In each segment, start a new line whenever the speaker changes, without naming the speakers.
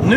Nu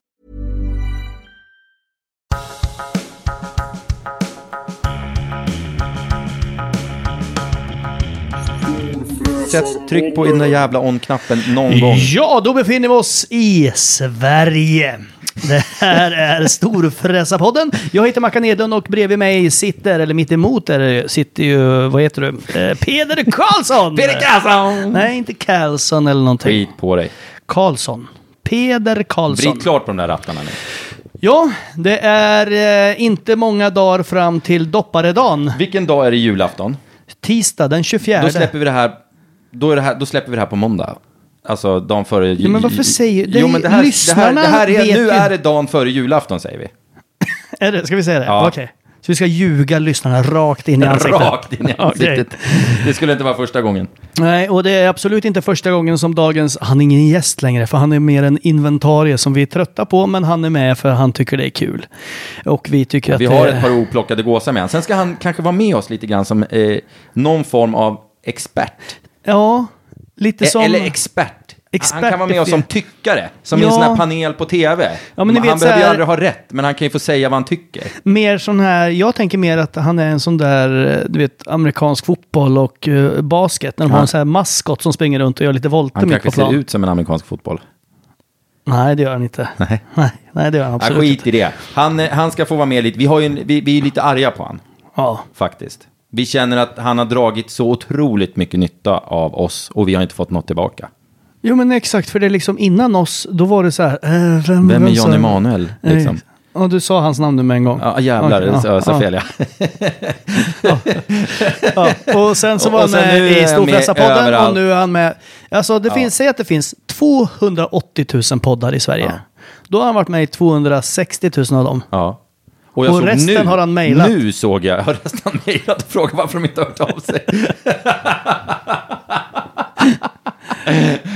Sätt, tryck på den där jävla on-knappen någon gång.
Ja, då befinner vi oss i Sverige. Det här är Storfräsarpodden. Jag heter Mackan Edlund och bredvid mig sitter, eller mitt emot där sitter ju, vad heter du? Eh, Peder Karlsson!
Peter Karlsson!
Nej, inte Karlsson eller någonting.
Skit på dig.
Karlsson. Peder Karlsson.
Vrid klart på de där rattarna nu.
Ja, det är eh, inte många dagar fram till dopparedagen.
Vilken dag är det julafton?
Tisdag den 24.
Då släpper vi det här, då är det här, då släpper vi det här på måndag. Alltså dagen före jul.
Ja, men varför säger-
Jo men det här, det här, det här
Lyssnarna vet
är, nu
ju-
är det dagen före julafton säger vi.
Är det, ska vi säga det?
Ja.
Okej. Så vi ska ljuga lyssnarna rakt in i ansiktet?
Rakt in i ansiktet.
Okej.
Det skulle inte vara första gången.
Nej, och det är absolut inte första gången som dagens... Han är ingen gäst längre, för han är mer en inventarie som vi är trötta på, men han är med för han tycker det är kul. Och vi tycker att
Vi har
det...
ett par oplockade gåsar med han. Sen ska han kanske vara med oss lite grann som eh, någon form av expert.
Ja, lite
E-
som...
Eller expert.
Expert
Han kan vara med oss
är
som
fel.
tyckare, som i
Ja.
en sån här panel på tv.
Ja, men ni
han
vet så
behöver ju
här-
aldrig ha rätt, men han kan ju få säga vad han tycker.
Mer sån här, jag tänker mer att han är en sån där, eh, du vet, amerikansk fotboll och eh, basket. När de har en sån här maskot som springer runt och gör lite volter
Han
mitt på
kanske ser
plan.
ut som en amerikansk fotboll.
Nej, det gör han inte.
Nej.
Nej, nej det gör han
Ja,
absolut
skit
inte.
i det. Han, eh, han ska få vara med lite. Vi, har ju en, vi, vi är lite arga på han,
Ja.
faktiskt. Vi känner att han har dragit så otroligt mycket nytta av oss och vi har inte fått något tillbaka.
Jo, men exakt, för det är liksom innan oss, då var det så här... eh, vem,
Vem är
sa-
Jan Emanuel? Liksom?
Eh, Ja, du sa hans namn nu med en gång.
Ja, jävlar,
Okej,
okay, jag sa fel ja.
ja. Och sen så
Och-
var
och
han
sen nu är
med i
han med
Storfräsarpodden och
överallt.
nu är han med... Alltså, det finns, säg att det finns 280 000 poddar i Sverige. Då har han varit med i 260 000 av dem.
ja. Och,
Och resten har han mejlat.
Nu såg jag, har resten mejlat och frågat varför de inte har hört av sig.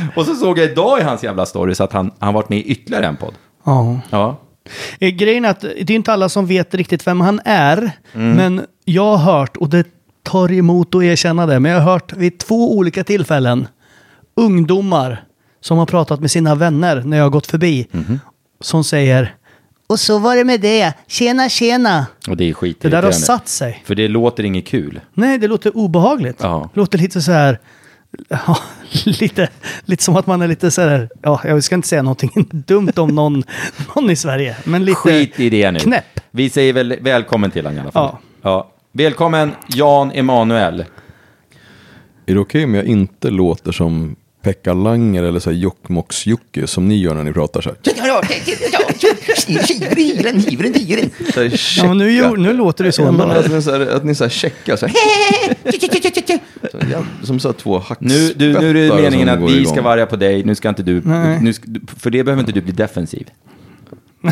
och så såg jag idag i hans jävla stories att han, han varit med i ytterligare en podd.
Ja.
Ja.
Eh, Grejen är att det är inte alla som vet riktigt vem han är.
Mm.
Men jag har hört, och det tar emot att erkänna det, men jag har hört vid två olika tillfällen ungdomar som har pratat med sina vänner när jag har gått förbi.
Mhm.
Som säger och så var det med det. Tjena, tjena.
Och det är skit.
Det där har satt sig.
För det låter inget kul.
Nej, det låter obehagligt.
Ja.
Låter lite så här... Ja, lite, lite som att man är lite så här... Ja, jag ska inte säga någonting dumt om någon, någon i Sverige. Men lite
Skit i det nu.
knäpp.
Vi säger väl välkommen till honom i alla fall.
Ja.
Välkommen Jan Emanuel.
Är det okej om jag inte låter som Pekka Langer eller så här Jokkmokks-Jocke som ni gör när ni pratar så här.
Hivren, hivren, hivren.
Så här,
Ja, men nu,
checka.
gjorde- nu låter det så.
Ja, men
Men,
att, ni så här, att ni så här checkar så här. Så här, jävla- Som så här två hackspettar.
Nu, du, nu är det
som
meningen att
går
vi
igång.
ska varga på dig, nu ska inte du...
Nej.
Nu, ska- för det behöver inte du bli defensiv.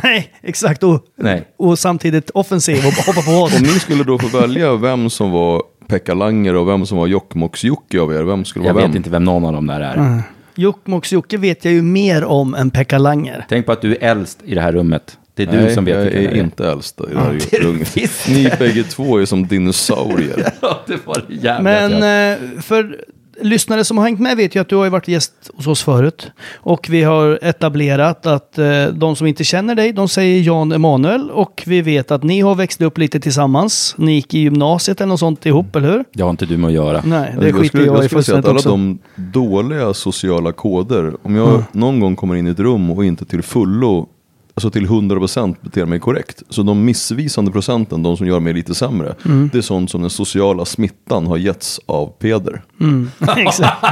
nej, exakt. Och,
Nej.
och samtidigt offensiv och hoppa på oss.
Om ni skulle då få välja vem som var Pekka Langer och vem som var Jokkmokks-Jocke av er, vem skulle
Jag
vara vem?
vet inte vem någon av dem där är.
Jokkmokks-Jocke vet jag ju mer om än Pekka Langer.
Tänk på att du är äldst i det här rummet. Det är du
Nej,
som vet
jag
vilken
är
det
inte äldst i det här
det är du
rummet.
visst.
Ni bägge två är som dinosaurier.
Ja, det var det jävla
Men
jävla.
eh, för lyssnare som har hängt med vet ju att du har ju varit gäst hos oss förut. Och vi har etablerat att eh, de som inte känner dig, de säger Jan Emanuel. Och vi vet att ni har växt upp lite tillsammans. Ni gick i gymnasiet eller något sånt ihop, eller hur?
Det har inte du med att göra.
Nej, det
Jag
skiter
skulle,
jag,
jag
i
skulle säga
fullständigt
att alla
också. Mm.
de dåliga sociala koder, om jag någon gång kommer in i ett rum och inte till fullo, alltså till 100% beter mig korrekt, så de missvisande procenten, de som gör mig lite sämre,
Mm.
det är sånt som den sociala smittan har getts av Peder.
Mm. Exakt.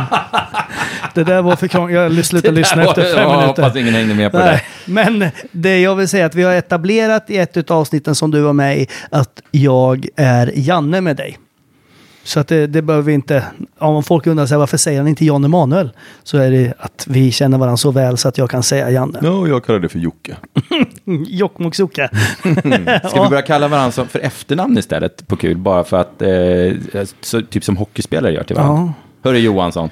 det där var för krångligt. Jag slutade lyssna efter fem
ja,
minuter.
hoppas ingen hängde med på
Nej,
det.
men det jag vill säga är att vi har etablerat i ett av avsnitten som du var med i att jag är Janne med dig. Så att det, det behöver vi inte... Om folk undrar sig varför säger han inte Jan Emanuel? Så är det att vi känner varandra så väl så att jag kan säga Janne.
Ja, och jag kallar det för Jocke.
Mm, Jokkmokks-Jocke.
Ska vi börja kalla varandra som- för efternamn istället på kul? Bara för att, eh, så, typ som hockeyspelare gör till varandra. Hörru Johansson.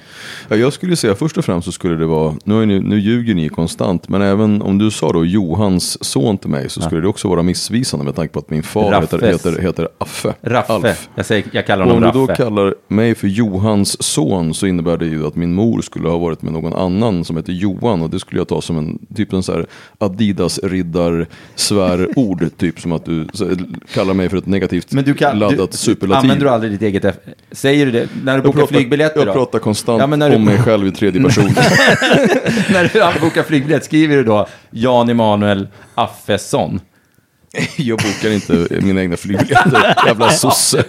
Ja, jag skulle säga först och främst så skulle det vara, nu, är ni, nu ljuger ni konstant, men även om du sa då Johans son till mig så skulle det också vara missvisande med tanke på att min far heter,
Raffes.
heter, heter Affe.
Raffe.
Alf.
Jag, säger, jag kallar
Och om
honom
du då
Raffe.
kallar mig för Johans son så innebär det ju att min mor skulle ha varit med någon annan som heter Johan och det skulle jag ta som en typ en så här Adidas riddar svärord typ som att du så, kallar mig för ett negativt
Men du kan,
laddat
du,
superlativ.
Använder du aldrig ditt eget F? Säger du det? När du
jag
bokar
pratar,
flygbiljetter då?
jag pratar konstant
Ja, men när du-
om mig själv i tredje person.
när du bokar flygbiljett skriver du då Jan Emanuel Affesson?
jag bokar inte mina egna flygbiljetter, jävla sosse.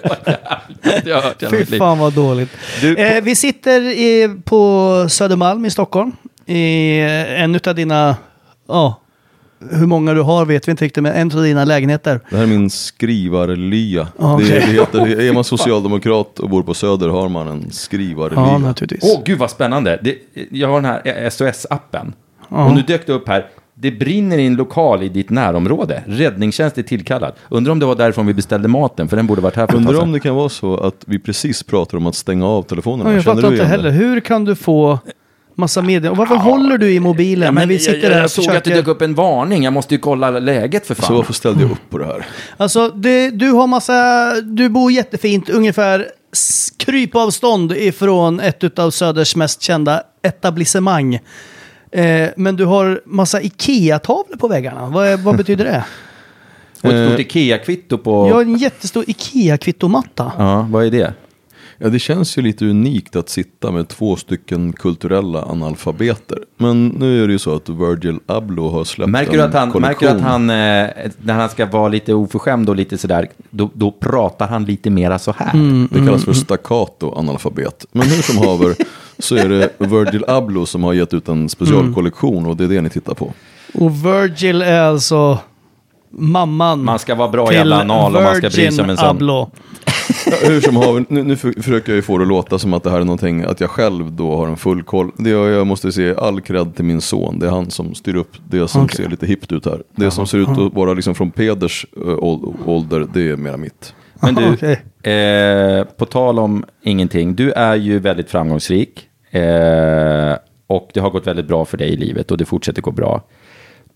Det har jag hört i hela
Fy
mitt liv.
fan vad dåligt.
Du-
Eh, vi sitter i, på Södermalm i Stockholm. I eh, en utav dina... Ja, hur många du har vet vi inte riktigt, men en av dina lägenheter.
Det här är min skrivarlya.
Ah, okej.
Det, det heter, är man socialdemokrat och bor på Söder har man en skrivarlya.
Ja, naturligtvis.
Åh, gud vad spännande. Det, jag har den här SOS-appen. Och nu dök det upp här. Det brinner i en lokal i ditt närområde. Räddningstjänst är tillkallad. Undrar om det var därifrån vi beställde maten, för den borde varit här för ett tag
Undrar om
sedan.
det kan vara så att vi precis pratar om att stänga av telefonerna.
Ja, jag
Känner
fattar
du
inte
igen
heller.
det?
Hur kan du få massa medier? Och varför håller du i mobilen
Ja,
när vi
jag,
sitter
jag,
där och
jag såg att det
försöker?
dök upp en varning. Jag måste ju kolla läget för fan.
Så varför ställde jag upp på det här?
Alltså, det, du har massa... Du bor jättefint, ungefär s- krypavstånd ifrån ett av Söders mest kända etablissemang. Eh, men du har massa Ikea-tavlor på väggarna. Vad, är- vad betyder det?
Och ett stort Ikea-kvitto på...
Jag har en jättestor Ikea-kvittomatta.
Ja, vad är det?
Ja, det känns ju lite unikt att sitta med två stycken kulturella analfabeter. Men nu är det ju så att Virgil Abloh har släppt
Märker du
en
att han,
kollektion.
märker du att han eh, när han ska vara lite oförskämd och lite sådär, då, då pratar han lite mera så här.
Det kallas för staccato analfabet. Men hur som haver så är det Virgil Abloh som har gett ut en specialkollektion och det är det ni tittar på.
Och Virgil är alltså mamman
Man ska vara bra
till
i alla anal om man ska bry
Virgin
sig om en sån.
Abloh.
Ja, hur som haver, nu, nu för- försöker jag ju få det att låta som att det här är någonting, att jag själv då har en full koll. Det, jag, jag måste se all cred till min son, det är han som styr upp det som
Okej.
ser lite hippt ut här. Det som ser ut att vara liksom från Peders eh, ål- ålder, det är mera mitt.
Men du,
Okej.
eh, på tal om ingenting, du är ju väldigt framgångsrik eh, och det har gått väldigt bra för dig i livet och det fortsätter gå bra.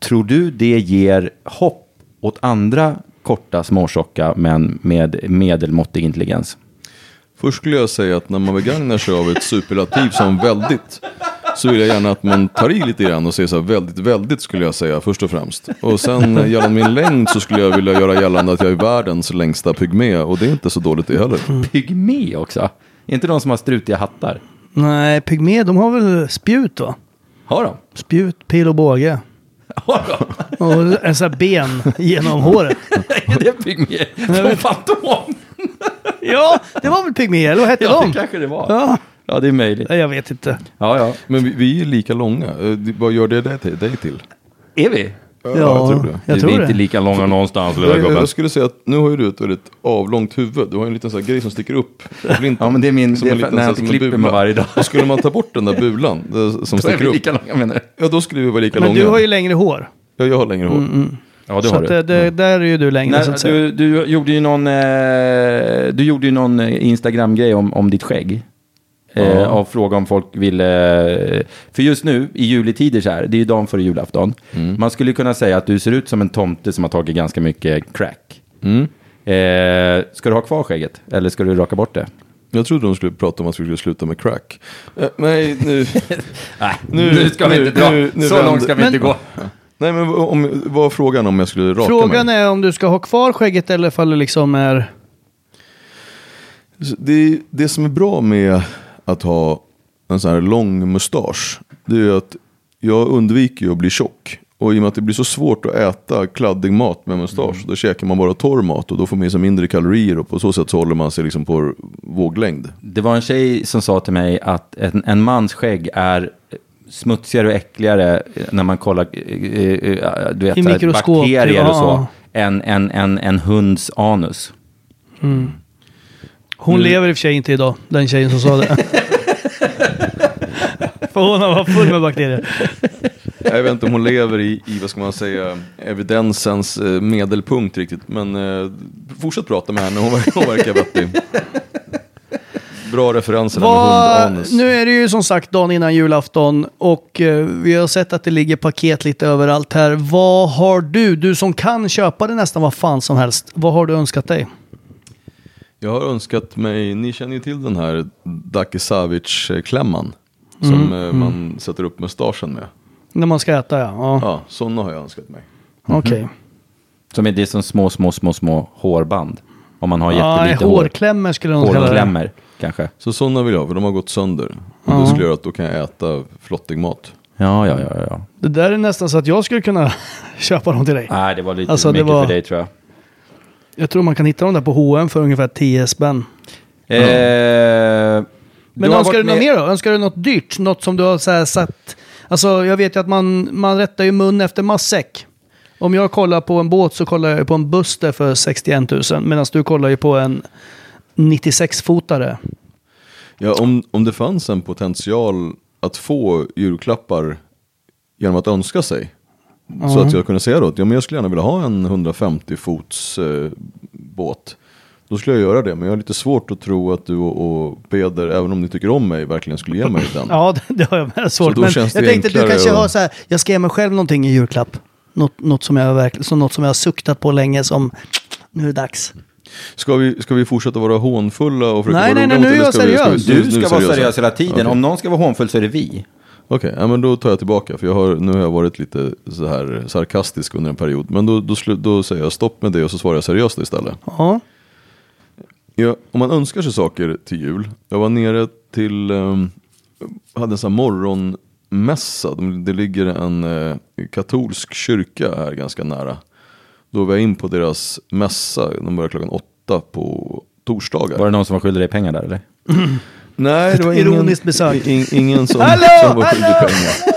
Tror du det ger hopp åt andra korta, småtjocka men med medelmåttig intelligens?
Först skulle jag säga att när man begagnar sig av ett superlativ som väldigt så vill jag gärna att man tar i lite grann och säger så här väldigt, väldigt skulle jag säga först och främst. Och sen eh, gällande min längd så skulle jag vilja göra gällande att jag är världens längsta pygmé och det är inte så dåligt det heller.
Pygmé också? Är inte de som har strutiga hattar?
Nej, pygmé, de har väl spjut va?
Har de?
Spjut, pil och båge.
Har de?
Och en sån här ben genom håret.
Är det pygmé? Som Fantom?
Ja, det var väl pygmé, eller vad hette
Ja,
de?
det kanske det var.
Ja,
Ja, det är möjligt.
Nej, Jag vet inte.
Ja, ja.
Men vi, vi är lika långa. Eh, det- Vad gör det dig till? Dig till?
Är vi?
Ja, jag tror det.
Jag
vi är
tror
inte
det.
lika långa någonstans, lilla
Jag, jag,
gubben.
jag skulle säga att nu har ju du ett väldigt avlångt huvud. Du har ju en liten sån här grej som sticker upp.
Ja, men det är min...
Som
Det är
en
för,
liten
när jag inte
så här, som en
klipper mig
bula.
varje dag.
Och skulle man ta bort den där bulan eh, som
Så är
sticker
vi
upp.
lika långa menar du?
Ja, då skulle vi vara lika
Men
långa.
du har ju längre hår.
Ja, jag har längre
Mm,
hår.
Ja, det
så
har
att, eh,
du.
det, där är ju du längre så
Nej,
att säga.
du, du gjorde ju någon, eh, du gjorde ju någon eh, Instagram-grej om, om ditt skägg. Eh, av fråga om folk ville... eh, För just nu, i juletider så här, det är ju dagen före julafton.
Mm.
Man skulle kunna säga att du ser ut som en tomte som har tagit ganska mycket crack.
Mm.
Eh, ska du ha kvar skägget? Eller ska du raka bort det?
Jag trodde de skulle prata om att vi skulle sluta med crack. Eh, nej, nu...
Nej,
Nu- nu- nu- nu
så
vänder-
långt ska vi inte
Men-
gå.
nej, men vad- om, vad var frågan om jag skulle raka
Frågan
mig?
är om du ska ha kvar skägget eller ifall det liksom är...
Så Det, det som är bra med att ha en sån här lång mustasch, det är ju att jag undviker ju att bli tjock. Och i och med att det blir så svårt att äta kladdig mat med mustasch, då käkar man bara torr mat och då får man i sig mindre kalorier och på så sätt så håller man sig liksom på våglängd.
Det var en tjej som sa till mig att en, en mans skägg är smutsigare och äckligare när man kollar eh, eh, du vet,
I
så här,
mikroskop,
bakterier och så,
ja.
än en, en, en hunds anus.
Hon lever i och för sig inte idag, den tjejen som sa det. För hon har varit full med bakterier.
Jag vet inte om hon lever i, i vad ska man säga, evidensens eh, medelpunkt riktigt. Men eh, fortsätt prata med henne, hon, ver- hon verkar vettig. Bra referenser där med
Vad-
hundanus.
nu är det ju som sagt dagen innan julafton och eh, vi har sett att det ligger paket lite överallt här. Vad har du, du som kan köpa det nästan vad fan som helst, vad har du önskat dig?
Jag har önskat mig, ni känner ju till den här Daki Savic-klämman. Som eh, man sätter upp mustaschen med.
När man ska äta ja. ja.
Ja, sådana har jag önskat mig.
mhm.
Okej.
Som är det är som små, små, små, små hårband. Om man har
Ja,
jättelite hår.
hårklämmor skulle de kalla det.
Hårklämmer, kanske.
Så sådana vill jag ha, för de har gått sönder. Och det skulle göra att då kan jag äta flottig mat.
Ja, ja, ja, ja, ja.
Det där är nästan så att jag skulle kunna köpa dem till dig.
Nej, det var lite
Alltså,
för
det
mycket
var-
för dig tror jag.
Jag tror man kan hitta dem där på H&M för ungefär 10 spänn.
Eh,
Men
har
önskar du
varit
något
med-
mer då? Önskar du något dyrt? Något som du har så här satt... Alltså jag vet ju att man, man rättar ju mun efter matsäck. Om jag kollar på en båt så kollar jag ju på en Buster för 61 000 medan du kollar ju på en 96-fotare.
Ja, om, om det fanns en potential att få julklappar genom att önska sig. Så att jag kunde säga då att ja, men jag skulle gärna vilja ha en 150 fots eh, båt. Då skulle jag göra det, men jag har lite svårt att tro att du och, och Peder, även om ni tycker om mig, verkligen skulle ge mig den.
Ja, det, det har jag med svårt.
då
Men jag
känns det
tänkte att du
enklare
kanske
att-
har så här, jag ska ge mig själv någonting i julklapp. Något, något, som jag verkligen, så något som jag har suktat på länge som nu är det dags.
Ska, vi, ska vi fortsätta vara hånfulla och försöka
Nej,
vara
nej,
roliga
nej,
mot-
nu är
eller
jag
vi-
seriös.
Du
vi-
ska
nu är
vara
seriösa?
seriös hela tiden.
Okej.
Om någon ska vara hånfull så är det vi.
Okej, ja, men då tar jag tillbaka. För jag har, nu har jag varit lite så här sarkastisk under en period. Men då, då, slu- då säger jag stopp med det och så svarar jag seriöst istället.
Ja.
Ja, om man önskar sig saker till jul. Jag var nere till, ehm, hade en sån här morgonmässa. De- Det ligger en eh, katolsk kyrka här ganska nära. Då var jag in på deras mässa. De börjar klockan åtta på torsdagar.
Var det någon som var skyldig dig pengar där eller?
Nej, det var
Ett
ingen,
ironiskt besök.
i- ingen som,
Hallå,
som var skyldig
hallå!
pengar.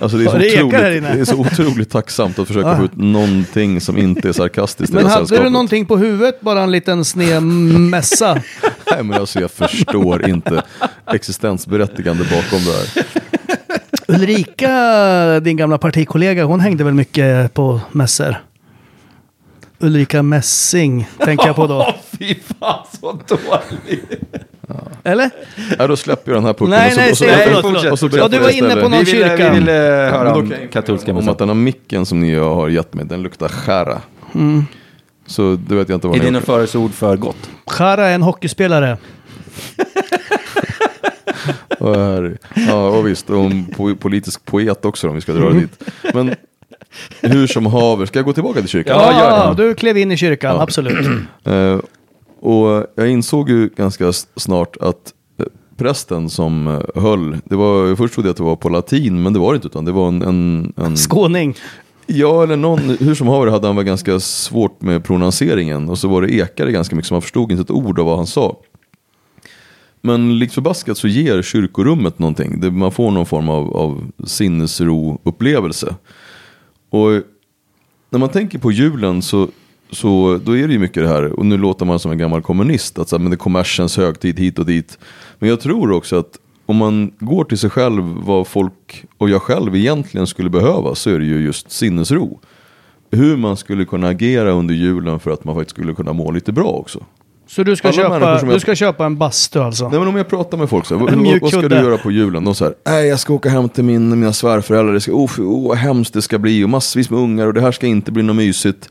Alltså det är, så
Ja, det ekar
otroligt,
här inne.
det är så otroligt tacksamt att försöka få ut någonting som inte är sarkastiskt i
Men
det här
hade du
sällskapet.
någonting på huvudet, bara en liten sned mässa?
Nej men alltså jag förstår inte existensberättigande bakom det här.
Ulrika, din gamla partikollega, hon hängde väl mycket på mässor? Ulrika Messing, tänker jag på då.
Fy fan så dåligt.
Eller?
Ja, då släpper jag den här pucken.
Nej,
och så,
nej,
och så,
säg
berättar-
förlåt, förlåt.
och så berättar
Ja, du var
jag
inne på eh, någon
istället.
Vi ville, vi
kyrkan.
ville höra
då
om
kan jag-
katolska
Om att
mässan.
den här micken som ni har gett mig, den luktar skära.
Mm.
Så det vet jag inte vad
Är det
ni har
något
gjort.
föresord för gott?
Chara är en hockeyspelare.
Och här- Ja, och visst. Och en po- politisk poet också om vi ska dra det dit. Men hur som haver, ska jag gå tillbaka till kyrkan?
Ja, gör det.
Du klev in i kyrkan, absolut.
Eh, och jag insåg ju ganska s- snart att eh, prästen som eh, höll, det var, först trodde jag att det var på latin, men det var det inte, utan det var en... en, en
Skåning.
ja, eller någon, hur som haver hade han var ganska svårt med pronuncieringen och så var det ekade ganska mycket, så man förstod inte ett ord av vad han sa. Men likt förbaskat så ger kyrkorummet någonting. Det- Man får någon form av, av sinnesro-upplevelse. Och när man tänker på julen så, så då är det ju mycket det här, och nu låter man som en gammal kommunist, att så här, men det är kommersens högtid hit och dit. Men jag tror också att om man går till sig själv, vad folk och jag själv egentligen skulle behöva, så är det ju just sinnesro. Hur man skulle kunna agera under julen för att man faktiskt skulle kunna må lite bra också.
Så du ska,
Alla människor
köpa,
som
du
jag-
ska köpa en bastu alltså?
Nej men om jag pratar med folk så här, vad,
En mjuk
vad, vad ska du
kudde.
göra på julen? De säger, nej jag ska åka hem till min, mina svärföräldrar, det ska, oh, fy, oh, vad hemskt det ska bli och massvis med ungar och det här ska inte bli något mysigt.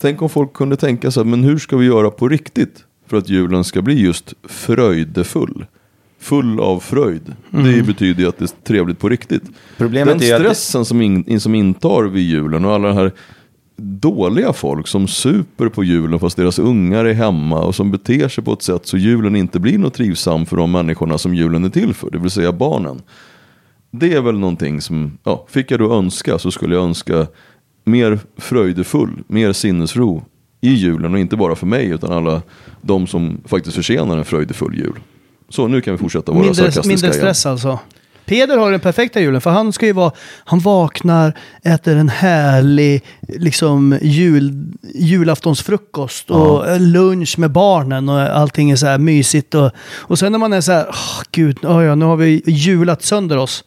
Tänk om folk kunde tänka så här, men hur ska vi göra på riktigt för att julen ska bli just fröjdefull? Full av fröjd. Det betyder ju att det är trevligt på riktigt.
Mm. Problemet
Den
är ju att det-
stressen som, in, in- som intar vid julen och alla den här dåliga folk som super på julen fast deras ungar är hemma och som beter sig på ett sätt så julen inte blir något trivsam för de människorna som julen är till för, det vill säga barnen. Det är väl någonting som, ja, fick jag då önska så skulle jag önska mer fröjdefull, mer sinnesro i julen och inte bara för mig utan alla de som faktiskt förtjänar en fröjdefull jul. Så nu kan vi fortsätta våra
Mindre,
sarkastiska
mindre
igen.
stress alltså. Peder har den perfekta julen, för han ska ju vara, han vaknar, äter en härlig liksom, jul, julaftonsfrukost och lunch med barnen och allting är så här mysigt. Och, och sen när man är så här, "Åh, gud, oh ja, nu har vi julat sönder oss.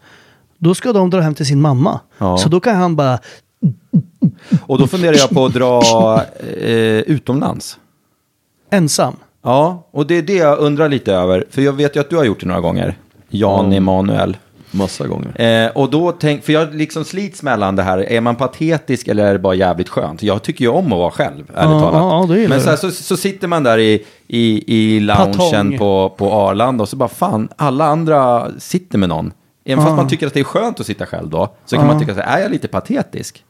Då ska de dra hem till sin mamma.
Ja.
Så då kan han bara,
Och då funderar jag på att dra eh, utomlands.
ensam.
Ja, och det är det jag undrar lite över. För jag vet ju att du har gjort det några gånger. Jan Emanuel.
Massa gånger.
Eh, och då tänk, för jag liksom slits mellan det här, är man patetisk eller är det bara jävligt skönt? Jag tycker ju om att vara själv, ärligt
Ja,
talat.
ja, ja, det gillar
Men så, här,
du.
så, så sitter man där i, i, i loungen
Patong.
på, på Arlanda och så bara fan, alla andra sitter med någon. Även fast man tycker att det är skönt att sitta själv då, så kan man tycka så här, är jag lite patetisk?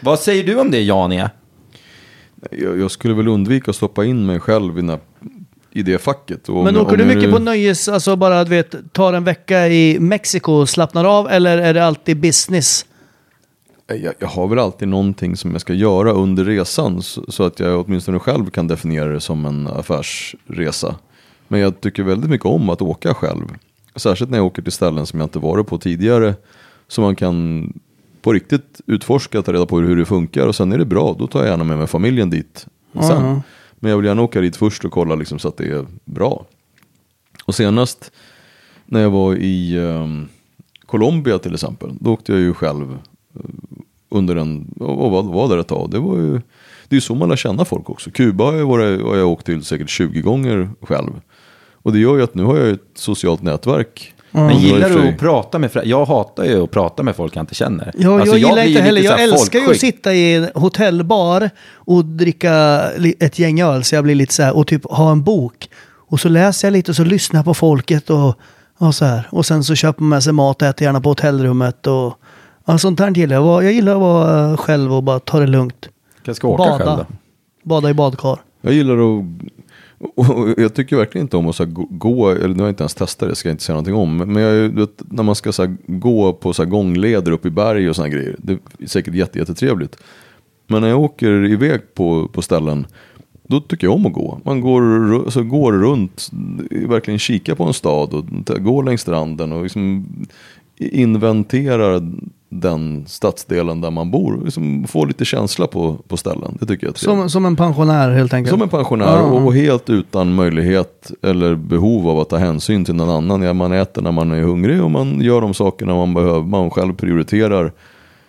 Vad säger du om det, Janie?
Jag, jag skulle väl undvika att stoppa in mig själv i, den här- i det facket. Och om-
Men åker
om
du
jag-
mycket på nöjes, alltså bara du vet, tar en vecka i Mexiko och slappnar av eller är det alltid business?
Eh, jag, jag har väl alltid någonting som jag ska göra under resan så, så att jag åtminstone själv kan definiera det som en affärsresa. Men jag tycker väldigt mycket om att åka själv. Särskilt när jag åker till ställen som jag inte varit på tidigare. Så man kan på riktigt utforska, ta reda på hur det funkar och sen är det bra, då tar jag gärna med mig familjen dit sen. Men jag vill gärna åka dit först och kolla liksom så att det är bra. Och senast när jag var i ehm, Colombia till exempel, då åkte jag ju själv eh, under en, och var, var där ett tag. Det, var ju, det är ju så man lär känna folk också. Kuba har jag, varit, har jag åkt till säkert 20 gånger själv. Och det gör ju att nu har jag ju ett socialt nätverk.
Mm. Men
Och då
gillar
är det
du
för-
att prata med föräldrar? Jag hatar ju att prata med folk jag inte känner.
Ja,
Alltså,
jag gillar
blir
inte
ju
heller.
lite så
Jag
här
älskar ju att
folkskygg.
sitta i en hotellbar och dricka li- ett gäng öl. Så jag blir lite så här, och typ ha en bok. Och så läser jag lite och så lyssnar jag på folket och, och så här. Och sen så köper man med sig mat och äter gärna på hotellrummet. Och, ja, sånt här gillar jag. Jag gillar att vara eh, själv och bara ta det lugnt.
Jag ska åka själv då.
Bada. Bada i badkar.
Jag gillar att... Och jag tycker verkligen inte om att så här, gå- gå, eller nu har jag inte ens testat det, ska jag inte säga någonting om. Men jag, du vet, när man ska så här, gå på så här, gångleder upp i berg och såna här grejer, det är säkert jätte, jättetrevligt. Men när jag åker iväg på, på ställen, då tycker jag om att gå. Man går, ru- så går runt, verkligen kika på en stad och t- går längs stranden och liksom inventerar den stadsdelen där man bor. Liksom får lite känsla på, på ställen, det tycker jag är trevligt.
Som, som en pensionär helt enkelt.
Som en pensionär
Ja.
och helt utan möjlighet eller behov av att ta hänsyn till någon annan. Ja, man äter när man är hungrig och man gör de sakerna man behöver. Man själv prioriterar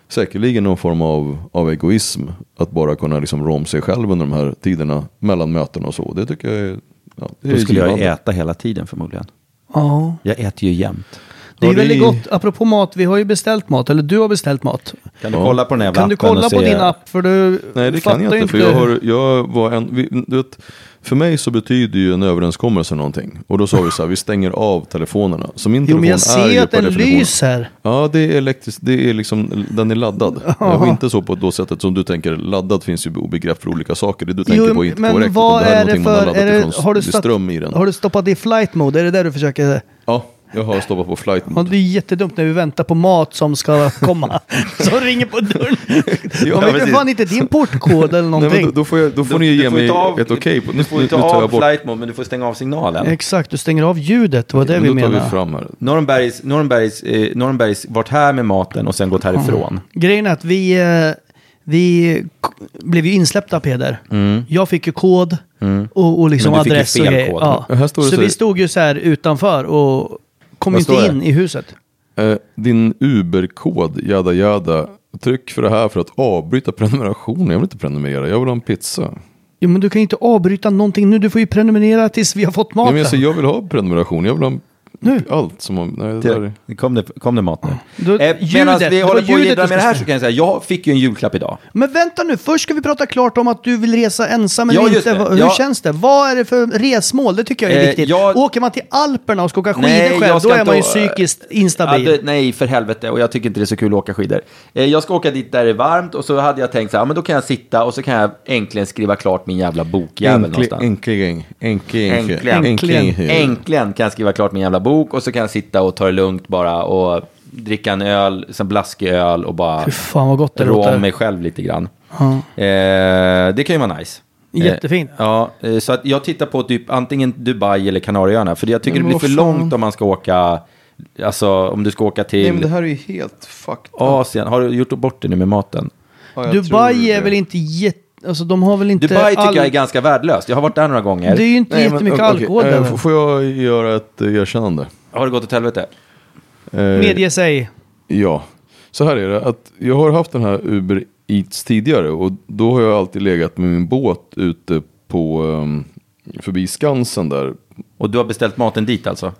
säkerligen någon form av, av egoism. Att bara kunna liksom rå om sig själv under de här tiderna mellan möten och så. Det tycker jag är... Ja, det
Då
är
skulle jag
givande.
äta hela tiden förmodligen.
Ja.
Jag äter ju jämt.
Det är
Ja, det
väldigt
är-
gott. Apropå mat, vi har ju beställt mat. Eller du har beställt mat.
Kan du kolla på den här jävla
Kan du
appen
kolla
och
på
se-
din app? För du
Nej det
fattar
kan jag
ju
inte. För, jag har, jag var en, vi, du vet, för mig så betyder ju en överenskommelse någonting. Och då sa vi så här, vi stänger av telefonerna. Så min
Jo,
telefon
men jag
är
ser
ju
ju att
per
den
definition-
lyser.
Ja, det är elektriskt. Det är liksom, den är laddad. Jag var inte så på då sättet som du tänker. Laddad finns ju begrepp för olika saker. Det du tänker på är inte korrekt. utan
vad
det här
är det
någonting man
för...
laddat
Är det,
ifrån,
har, du
det är
satt-
ström i den.
har du stoppat i flight mode? Är det där du försöker...
Ja, Jag har stoppat på flight
Och
mode.
det är jättedumt när vi väntar på mat som ska komma. Så ringer på dörren.
Ja,
Jag vet
precis.
för fan inte din portkod eller
Nej,
någonting.
men då, då får, jag, då får ni
Du- du
ge
får
mig
inte av-
ett okej. på- Nu,
Du får
nu
inte
tar jag
av
bort.
flight mode, men du får stänga av signalen.
Exakt, du stänger av ljudet. Det var det
Men
vi
då tar vi
menade.
fram här.
Norrenbergs, Norrenbergs, eh, Norrenbergs varit här med maten och sen gått härifrån.
Grejen är att vi, eh, vi k- blev ju insläppta av Peder. Jag fick ju kod och, och liksom
Mm. Men du fick ju
adress och
fel
grejer.
kod.
Ja.
Här står det
Så
så-
vi stod ju så här utanför och kom
Vad
ju
står
inte in
det?
i huset.
Eh, din Uber-kod, jada jada. Tryck för det här för att avbryta prenumerationen. Jag vill inte prenumerera, jag vill ha en pizza.
Jo, men du kan ju inte avbryta någonting nu. Du får ju prenumerera tills vi har fått
Nej,
maten.
men alltså, jag vill ha prenumeration, jag vill ha en... allt som... har- Nej, det där är...
Det Kom det, kom det mat nu?
Då-
eh,
ljudet,
Medan
det
vi
var
håller på och
ljudet
jiddrar
du
med det här
ska-
så kan jag säga, jag fick ju en julklapp idag.
Men vänta nu, först ska vi prata klart om att du vill resa ensam eller
Ja, just
inte.
det.
Va- Hur
Ja.
känns det? Vad är det för resmål? Det tycker jag är
Eh,
viktigt.
jag-
Åker man till Alperna och ska åka skidor själv,
jag
då
ska
är
inte
man ju
å-
psykiskt instabil.
Ja, det, nej, för helvete. Och jag tycker inte det är så kul att åka skidor. Eh, jag ska åka dit där det är varmt och så hade jag tänkt så här, ja, men då kan jag sitta och så kan jag äntligen skriva klart min jävla bokjävel någonstans.
Äntligen. Äntligen.
Äntligen. Äntligen kan jag skriva klart min jävla bok och så kan jag sitta och ta det lugnt bara och dricka en öl, sen blaskig öl och bara
Fy fan vad gott det
rå
låter.
om mig själv lite grann.
Ja.
Eh, det kan ju vara nice.
Jättefint.
Eh, ja, eh, så att jag tittar på typ antingen Dubai eller Kanarieöarna. För jag tycker
men
det blir
vad
för
fan.
långt om man ska åka, alltså om du ska åka
Nej,
till
men det här är ju helt fucked.
Asien. Har du gjort bort det nu med maten?
Ja, jag tror
Dubai är
det.
väl inte jätte... Alltså de har väl inte...
Dubai tycker
all-
jag är ganska värdelöst. Jag har varit där några gånger.
Det är ju inte
Nej, men,
jättemycket
okej,
alkohol
eh,
där.
f- Får jag göra ett eh, erkännande?
Har det gått åt helvete?
Eh,
Medge sig.
Ja, så här är det. Att jag har haft den här Uber Eats tidigare och då har jag alltid legat med min båt ute på ehm, förbi Skansen där.
Och du har beställt maten dit alltså?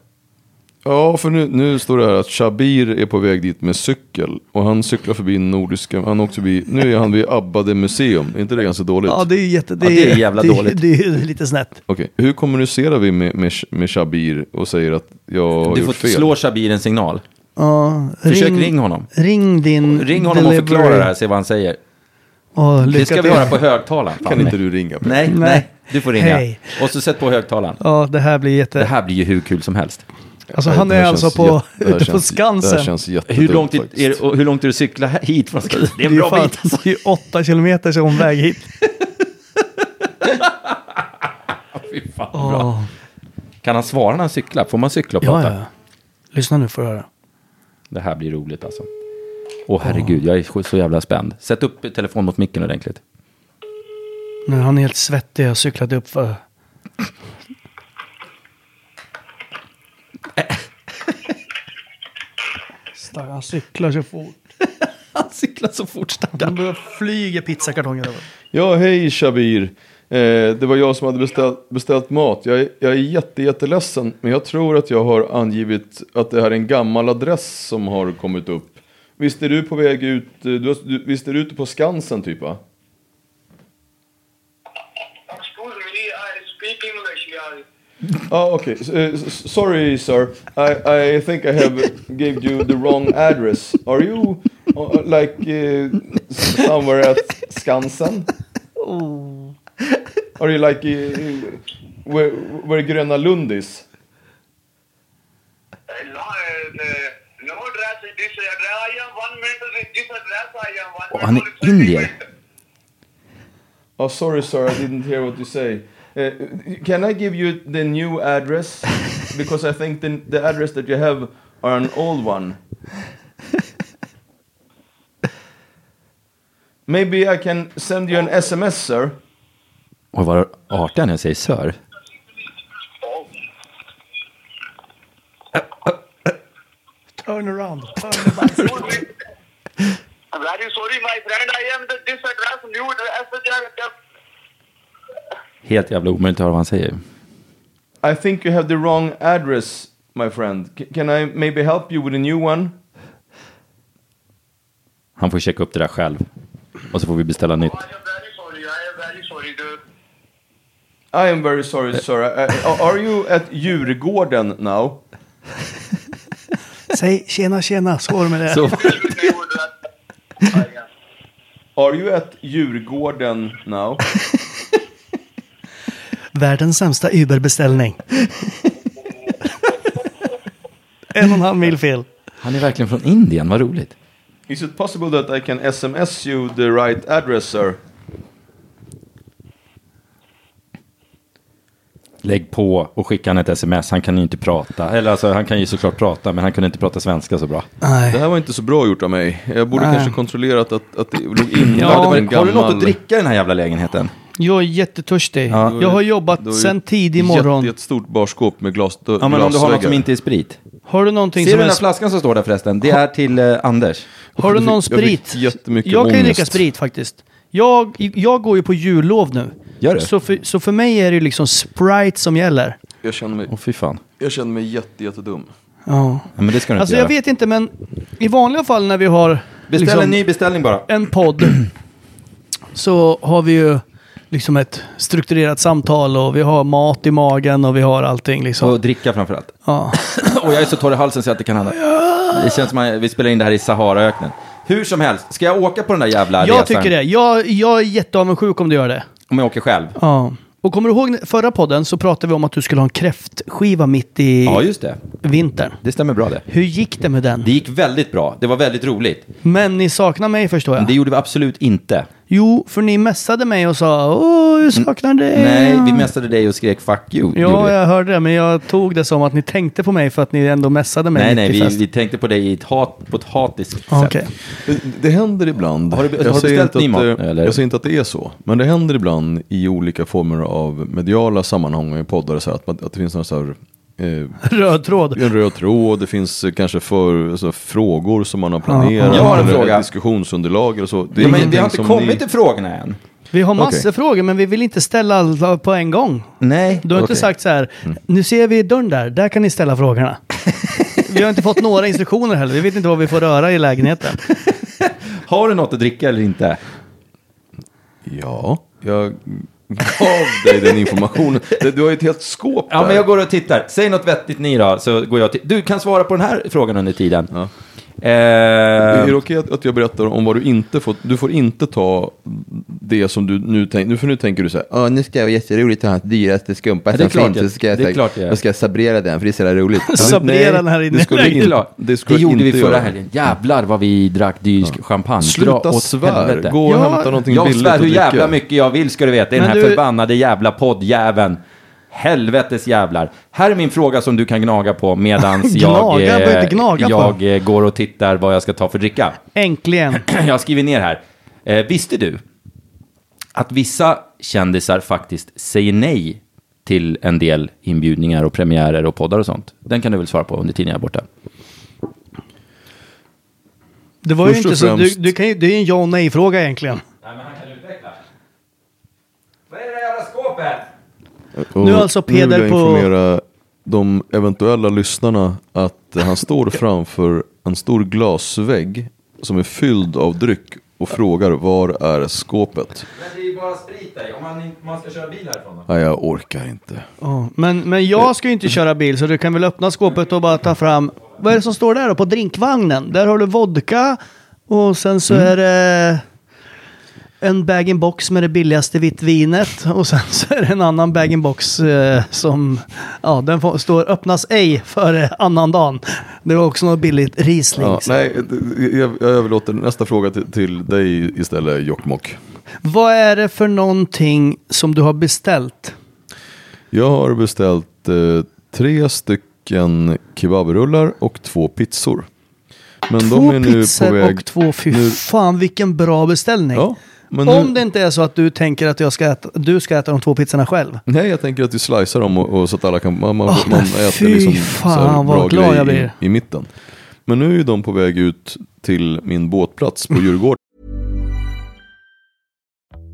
Ja, för nu, nu står det här att Shabir är på väg dit med cykel och han cyklar förbi Nordiska, han åkte förbi, nu är han vid Abbade museum, är inte det ganska dåligt?
Ja, det är ju jätte...
Ja, det är jävla dåligt.
Det, det är ju lite snett.
Okej, hur kommunicerar vi med, med, med Shabir och säger att jag har
Du
gjort
får
fel?
slå Shabir en signal.
Ja,
Försök ring honom.
Ring din
Ring honom och
delivery.
förklara det här, se vad han säger.
Ja, lycka
Det ska vi
till.
höra på högtalaren. fan
Kan inte
mig.
du ringa? på?
Nej,
Nej.
nej, du får ringa.
Hej.
Och så sätt på högtalaren.
Ja, det här blir jätte...
Det här blir ju hur kul som helst.
Alltså
Nej,
han
det
är
här
alltså
känns
på,
jätte- det här
ute på
känns- Det här
Skansen.
känns jättedumt
Hur långt, är,
faktiskt.
är, och hur långt är det att cykla hit från Skansen? Det är en
Det är,
bra
fan,
bit. alltså.
det är åtta kilometer som omväg hit.
Fy fan, vad bra. Kan han svara när han cyklar? Får man cykla och
Ja,
prata?
ja. Lyssna nu får du höra.
Det här blir roligt alltså. Åh herregud, jag är så jävla spänd. Sätt upp telefon mot micken ordentligt.
Nu är han helt svettig och cyklade upp för... Stark, Han cyklar så fort.
Han cyklar så fort
Han
stackarn.
börjar flyga pizzakartonger över.
Ja, hej Shabir. Eh, det var jag som hade beställt, beställt mat. Jag, är- jag är jätte, jätteledsen, men jag tror att jag har angivit att det här är en gammal adress som har kommit upp. Visst är du på väg ut, eh, du, har- du, visst är du ute på Skansen typ va?
Excuse me, I speak English, guys.
Ah, okay. S- eh, s- sorry sir, I, I think I have gave you the wrong address. Are you uh, like eh, somewhere at Skansen? Are you like eh, where, where Gröna Lund is?
Uh, no, uh, uh, no address, this address, I am one minute with this address, I am one
Oh, I'm an
with this
Indian.
address.
Oh, sorry, sir. I didn't hear what you say. Uh, can I give you the new address? Because I think the, the address that you have are an old one. Maybe I can send you an SMS, sir.
Och vad artig han är, säger sör.
Oh,
Turn around. Turn around.
excuse me. I'm very sorry, my friend, I am the, this address, new address, uh,
Helt jävla omöjligt att höra vad han säger.
I think you have the wrong address, my friend. C- can I maybe help you with a new one?
Han får checka upp det där själv. Och så får vi beställa
I
nytt.
am very sorry, I am very sorry, the,
I am very sorry, sir. Uh, are you at Djurgården now?
Säg tjena, tjena. Så var det med det.
Så,
new address. I am.
Are you at Djurgården now?
Världens sämsta Uber-beställning. En och en halv mil fel.
Han är verkligen från Indien, vad roligt.
Is it possible that I can sms you the right address sir?
Lägg på och skicka han ett sms, han kan ju inte prata. Eller alltså, han kan ju såklart prata, men han kunde inte prata svenska så bra.
Det
Nej.
här var inte så bra gjort av mig. Jag borde kanske kontrollerat att, att det låg inlagd
Ja,
ja, en
men, har du
gammal...
något att dricka i den här jävla lägenheten?
Jag är jättetörstig.
Ja.
Jag har
Det var
jobbat
ju
sedan tidig morgon.
Jätte, ett stort barskåp med glas, dö,
Ja, men om du har något
glasväggar.
som inte är sprit.
Har du någonting
Ser du
som
den
är...
där flaskan som står där förresten? Det är till eh, Anders.
Har du någon
Jag fick- jag fick
sprit?
jättemycket
jag kan ju
ångest.
dricka sprit faktiskt. Jag, jag går ju på jullov nu.
Gör du?
Så för, så för mig är det ju liksom Sprite som gäller.
Jag känner mig,
Åh fy fan.
jag känner mig jätte, jättedum.
Ja.
Ja, men det ska du
Alltså
inte
jag
göra.
vet inte, men i vanliga fall när vi har
Beställ
liksom,
en ny beställning bara.
en podd så har vi ju liksom ett strukturerat samtal och vi har mat i magen och vi har allting liksom.
Och dricka framförallt.
Ja.
Och jag är så torr i halsen så att det kan hända. Det känns som att vi spelar in det här i Saharaöknen. Hur som helst, ska jag åka på den där jävla resan?
Jag tycker det. Jag, jag är jätteavundsjuk om du gör det.
Om jag åker själv?
Ja. Och kommer du ihåg när- förra podden så pratade vi om att du skulle ha en kräftskiva mitt i
Ja, just det.
vintern.
Det stämmer bra det.
Hur gick det med den?
Det gick väldigt bra. Det var väldigt roligt.
Men ni saknar mig förstår
Men
jag.
det gjorde vi absolut inte.
Jo, för ni messade mig och sa åh, jag saknar dig.
Mm. Nej, vi messade dig och skrek 'fuck you'. gjorde
Ja,
vi.
jag hörde det, men jag tog det som att ni tänkte på mig för att ni ändå messade mig.
Nej,
mitt
nej,
i
vi,
fest.
vi tänkte på dig i ett hat, på ett hatiskt
Ja,
sätt.
Okej.
Det- Det händer ibland.
Har du- har
jag,
du
säger
beställt
inte
ny mat,
att, det-
eller?
jag säger inte att det är så. Men det händer ibland i olika former av mediala sammanhang och i poddar. Så här, att, man- att det finns några så här, eh,
Röd tråd.
en röd tråd, det finns eh, kanske för, så här, frågor som man har planerat.
Jag har en
eller
fråga.
ett diskussionsunderlag eller så. Det
Ja, men vi
ingenting
har inte
som
kommit
ni-
till frågorna än.
Vi har massor
Okej.
frågor, men vi vill inte ställa alla på en gång.
Nej.
Du har inte
okej. Mm.
sagt så här, nu ser vi dörren där, där kan ni ställa frågorna. vi har inte fått några instruktioner heller, vi vet inte vad vi får röra i lägenheten.
Har du något att dricka eller inte?
Ja, jag gav dig den informationen. Det- Du har ju ett helt skåp
Ja,
där.
men jag går och tittar. Säg något vettigt ni då, så går jag till... Du kan svara på den här frågan under tiden.
Ja. Är
Eh,
det okej att, att jag berättar om vad du inte får, du får inte ta det som du nu tänker, nu, för nu tänker du så här, "Ah, nu ska jag jätteroligt ta hans dyraste skumpa
Ja, det är
som
klart
finns,
jag-
så ska jag,
det är
så här-
klart jag gör."
jag ska sabrera den för det är så jävla roligt.
Sabrera den här inne.
Det skulle
Nej,
jag inte,
det,
det skulle jag
gjorde
inte
vi förra
göra.
helgen. Jävlar vad vi drack dyr champagne. Dra
Sluta
åt
svär,
helvete.
gå och
Ja,
hämta någonting
Jag
billigt
svär
att
hur
dricka.
jävla mycket jag vill ska du veta i den
Men
här
du-
förbannade jävla poddjäveln. Helvetes jävlar. Här är min fråga som du kan gnaga på medans jag,
Gnaga? Behöver
eh,
inte gnaga på.
jag eh, går och tittar vad jag ska ta för dricka.
Äntligen.
Jag har skrivit ner här. Eh, visste du att vissa kändisar faktiskt säger nej till en del inbjudningar och premiärer och poddar och sånt? Den kan du väl svara på under tiden jag är borta.
Det var ju
Först och
inte så, du,
främst-
du kan ju, det är ju en ja och nej-fråga egentligen.
Nej, men han kan utveckla. Vad är det där jävla skåpet?
Och
Nu är alltså Peder
nu vill jag
på-
informera de eventuella lyssnarna att han står framför en stor glasvägg som är fylld av dryck och frågar var är skåpet?
Men det är ju bara sprit där, om man, inte- man ska köra bil härifrån då.
Nej, jag orkar inte.
Ja, Men, men jag ska ju
Mm.
inte köra bil, så du kan väl öppna skåpet och bara ta fram... Vad är det som står där då? På drinkvagnen? Där har du vodka och sen så
Mm.
är det en bag-in-box med det billigaste vitt vinet och sen så är det en annan bag-in-box eh, som... Ja, den får, står öppnas ej före annan dagen. Det var också något billigt Riesling.
Ja, nej, jag, jag överlåter nästa fråga till, till dig istället, Jokkmokk.
Vad är det för någonting som du har beställt?
Jag har beställt eh, tre stycken kebabrullar och två pizzor. Men
två pizzor och två... Fy
nu-
fan vilken bra beställning.
Ja, men
Om
nu,
det inte är så att du tänker att jag ska äta, du ska äta de två pizzorna själv.
Nej, jag tänker att vi slicear dem och, och så att alla kan... Man, man,
Åh,
man
men
äter
fy
liksom
fan,
så här
vad
bra
glad
grej
jag blir.
I, i mitten. Men nu är de på väg ut till min båtplats på Djurgården.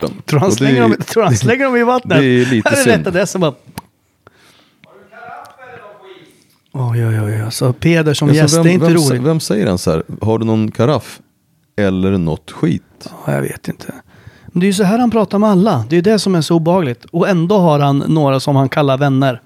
Tror han
Och det
slänger,
är-
dem, tror han slänger dem i vattnet?
Det är lite
Här är
synd.
rätt adress som bara... Oj, oj, oj. Alltså, Peder som
Alltså,
gäst, det är inte
vem,
roligt.
Vem säger han så här? Har du någon karaff? Eller något skit?
Ja, jag vet inte. Men det är ju så här han pratar med alla. Det är ju det som är så obehagligt. Och ändå har han några som han kallar vänner.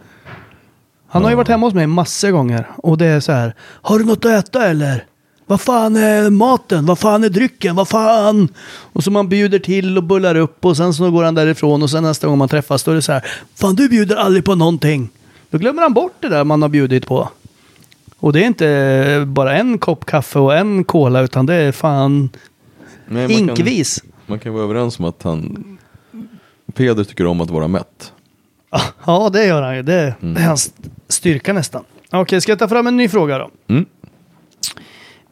Han har ju varit hemma hos mig massor gånger. Och det är så här. Har du något att äta eller? Vad fan är maten? Vad fan är drycken? Vad fan? Och så man bjuder till och bullar upp och sen så går han därifrån och sen nästa gång man träffas då är det så här. Fan du bjuder aldrig på någonting. Då glömmer han bort det där man har bjudit på. Och det är inte bara en kopp kaffe och en cola utan det är fan
Nej, man kan-
hinkvis.
Man kan vara överens om att han... Peder tycker om att vara mätt.
Ja, det gör han ju. Det, det är hans styrka nästan. Okej, ska jag ta fram en ny fråga då?
Mm.